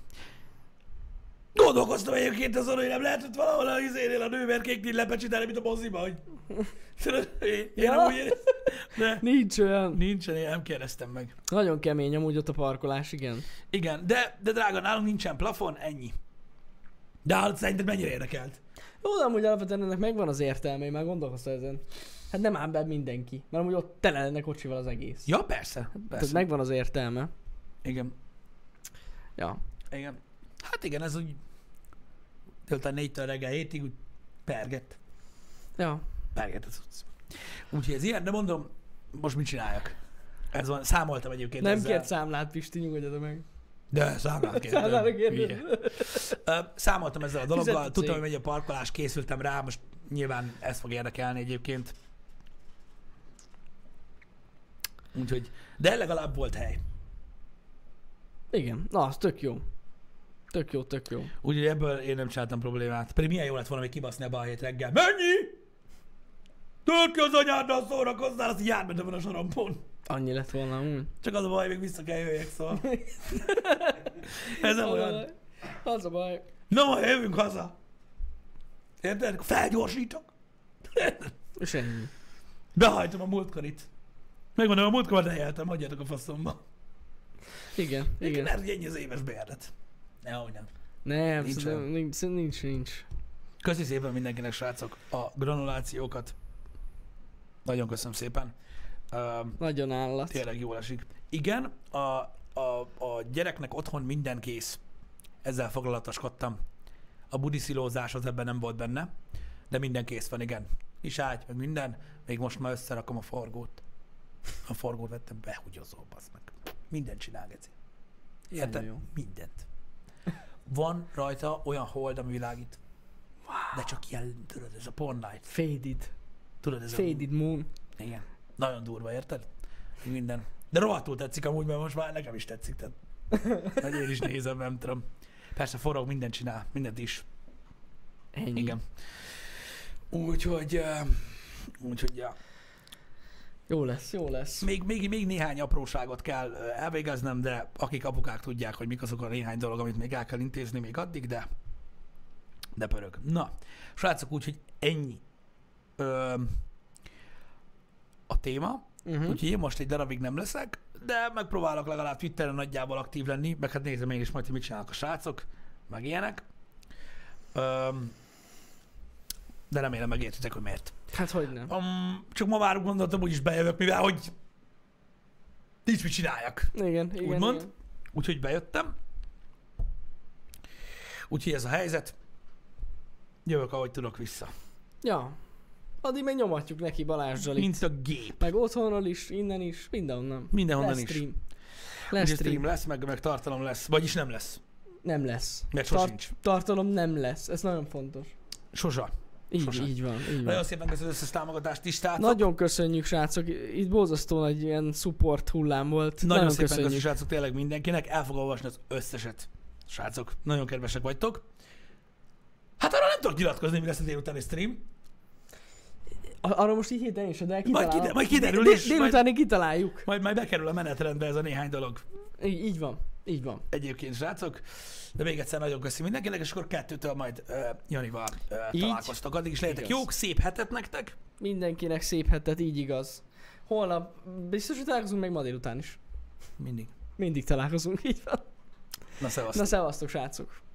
[SPEAKER 1] Gondolkoztam egyébként azon, hogy nem lehetett valahol az izénél a nővérkéknél lepecsíteni, mint a moziba, hogy... Tudod, én, én
[SPEAKER 2] Ja.
[SPEAKER 1] ja. úgy, érez, De
[SPEAKER 2] Nincs olyan.
[SPEAKER 1] nincsen, én nem kérdeztem meg.
[SPEAKER 2] Nagyon kemény amúgy ott a parkolás, igen.
[SPEAKER 1] Igen, de, de drága, nálunk nincsen plafon, ennyi. De hát szerinted mennyire érdekelt?
[SPEAKER 2] Jó, de amúgy alapvetően ennek megvan az értelme, én már gondolkoztam ezen. Hát nem ám be mindenki, mert amúgy ott tele lenne kocsival az egész.
[SPEAKER 1] Ja, persze.
[SPEAKER 2] Hát, Tehát
[SPEAKER 1] persze. Meg...
[SPEAKER 2] megvan az értelme.
[SPEAKER 1] Igen,
[SPEAKER 2] Ja.
[SPEAKER 1] igen. Hát igen, ez úgy délután négytől reggel hétig úgy pergett.
[SPEAKER 2] Ja.
[SPEAKER 1] Pergett az utc. Úgyhogy ez ilyen, de mondom, most mit csináljak? Ez van, számoltam egyébként
[SPEAKER 2] Nem
[SPEAKER 1] ezzel.
[SPEAKER 2] kért számlát, Pisti, nyugodjatok meg.
[SPEAKER 1] De számlát kértem.
[SPEAKER 2] Számlára kérdez.
[SPEAKER 1] Hülye. Ö, Számoltam ezzel a dologgal,
[SPEAKER 2] Fizetett
[SPEAKER 1] tudtam, hogy
[SPEAKER 2] cég.
[SPEAKER 1] megy a parkolás, készültem rá, most nyilván ez fog érdekelni egyébként. Úgyhogy, de legalább volt hely.
[SPEAKER 2] Igen. Na, az tök jó. Tök jó, tök jó.
[SPEAKER 1] Úgyhogy ebből én nem csináltam problémát. Pedig milyen jó lett volna még kibaszni a balhét reggel. Mennyi? Tölt ki az anyáddal szórakozzál, az így átmentem volna a sorompon.
[SPEAKER 2] Annyi lett volna hm. amúgy.
[SPEAKER 1] Csak az a baj, még vissza kell jöjjek, szóval. Ez nem olyan.
[SPEAKER 2] Az a baj.
[SPEAKER 1] Na, majd jövünk haza. Érted? Felgyorsítok.
[SPEAKER 2] És ennyi.
[SPEAKER 1] Behajtom a múltkorit. Megmondom, a múltkor ne éltem, hagyjátok a faszomba.
[SPEAKER 2] Igen, igen.
[SPEAKER 1] Lehet, hogy ennyi az éves bérlet. Nehogy nem.
[SPEAKER 2] Nem,
[SPEAKER 1] Nincs
[SPEAKER 2] szerintem
[SPEAKER 1] olyan.
[SPEAKER 2] nincs, nincs, nincs.
[SPEAKER 1] Köszi szépen mindenkinek, srácok, a granulációkat. Nagyon köszönöm szépen. Öm,
[SPEAKER 2] Nagyon állat.
[SPEAKER 1] Tényleg jól esik. Igen, a, a, a gyereknek otthon minden kész. Ezzel foglalatoskodtam. A budiszilózás az ebben nem volt benne, de minden kész van, igen. És ágy, meg minden. Még most már összerakom a forgót. A forgót vettem behugyozó, bazd meg. Mindent csinál, Geci. Érted?
[SPEAKER 2] Nagyon jó.
[SPEAKER 1] Mindent. Van rajta olyan hold, ami világít. De csak ilyen, tudod, ez a porn light.
[SPEAKER 2] Faded.
[SPEAKER 1] Tudod, ez a
[SPEAKER 2] Faded moon.
[SPEAKER 1] igen. Nagyon durva, érted? Így Minden. De rohadtul tetszik amúgy, mert most már nekem is tetszik. Tehát, hogy én is nézem, nem tudom. Persze forog, mindent csinál, mindent is.
[SPEAKER 2] Ennyi.
[SPEAKER 1] Igen. Úgyhogy, ö, úgyhogy ja.
[SPEAKER 2] Jó lesz, jó lesz.
[SPEAKER 1] még, még, még néhány apróságot kell ö, elvégeznem, de akik apukák tudják, hogy mik azok a néhány dolog, amit még el kell intézni még addig, de de pörög. Na, srácok, úgyhogy ennyi ö, a téma.
[SPEAKER 2] Uh-huh.
[SPEAKER 1] Úgyhogy én most egy darabig nem leszek, de megpróbálok legalább Twitteren nagyjából aktív lenni, meg hát nézem én is majd, hogy mit csinálnak a srácok, meg ilyenek. Öm, de remélem megértitek, hogy miért.
[SPEAKER 2] Hát hogy nem.
[SPEAKER 1] Um, csak ma már úgy gondoltam, hogy is bejövök, mivel hogy nincs mit csináljak.
[SPEAKER 2] Igen, igen.
[SPEAKER 1] Úgymond?
[SPEAKER 2] igen.
[SPEAKER 1] Úgyhogy bejöttem. Úgyhogy ez a helyzet. Jövök, ahogy tudok vissza.
[SPEAKER 2] Ja. Addig még nyomatjuk neki Balázsjal itt.
[SPEAKER 1] Mint a gép.
[SPEAKER 2] Meg otthonról is, innen is, mindenhonnan.
[SPEAKER 1] Mindenhonnan
[SPEAKER 2] lesz
[SPEAKER 1] is.
[SPEAKER 2] Stream. Lesz
[SPEAKER 1] Ugye
[SPEAKER 2] stream.
[SPEAKER 1] stream lesz, meg, meg tartalom lesz. Vagyis nem lesz.
[SPEAKER 2] Nem lesz.
[SPEAKER 1] Mert sosincs.
[SPEAKER 2] tartalom nem lesz, ez nagyon fontos.
[SPEAKER 1] Sose.
[SPEAKER 2] Így,
[SPEAKER 1] Sose.
[SPEAKER 2] így van, így van.
[SPEAKER 1] Nagyon szépen köszönöm az összes támogatást is, tehát nagyon,
[SPEAKER 2] Nagyon köszönjük, srácok. Itt borzasztó nagy ilyen support hullám volt. Nagyon,
[SPEAKER 1] nagyon szépen köszönjük.
[SPEAKER 2] köszönjük.
[SPEAKER 1] srácok, tényleg mindenkinek. El fogom olvasni az összeset. Srácok, nagyon kedvesek vagytok. Hát arra nem tudok nyilatkozni, mi lesz a délutáni stream.
[SPEAKER 2] A- Arra most így héten is, de
[SPEAKER 1] Majd,
[SPEAKER 2] kitalálom.
[SPEAKER 1] kide, majd kiderül,
[SPEAKER 2] Dél-
[SPEAKER 1] és majd,
[SPEAKER 2] Délutánig kitaláljuk.
[SPEAKER 1] majd, majd bekerül a menetrendbe ez a néhány dolog
[SPEAKER 2] Így, így van, így van.
[SPEAKER 1] egyébként, srácok. De még egyszer nagyon köszi mindenkinek, és akkor kettőtől majd uh, Janival uh,
[SPEAKER 2] Így?
[SPEAKER 1] találkoztok. Addig is legyetek
[SPEAKER 2] Igaz.
[SPEAKER 1] jók, szép hetet nektek.
[SPEAKER 2] Mindenkinek szép hetet, így igaz. Holnap biztos, hogy találkozunk meg ma délután is.
[SPEAKER 1] Mindig.
[SPEAKER 2] Mindig találkozunk, így van.
[SPEAKER 1] Na szevasztok.
[SPEAKER 2] Na szevasztok, srácok.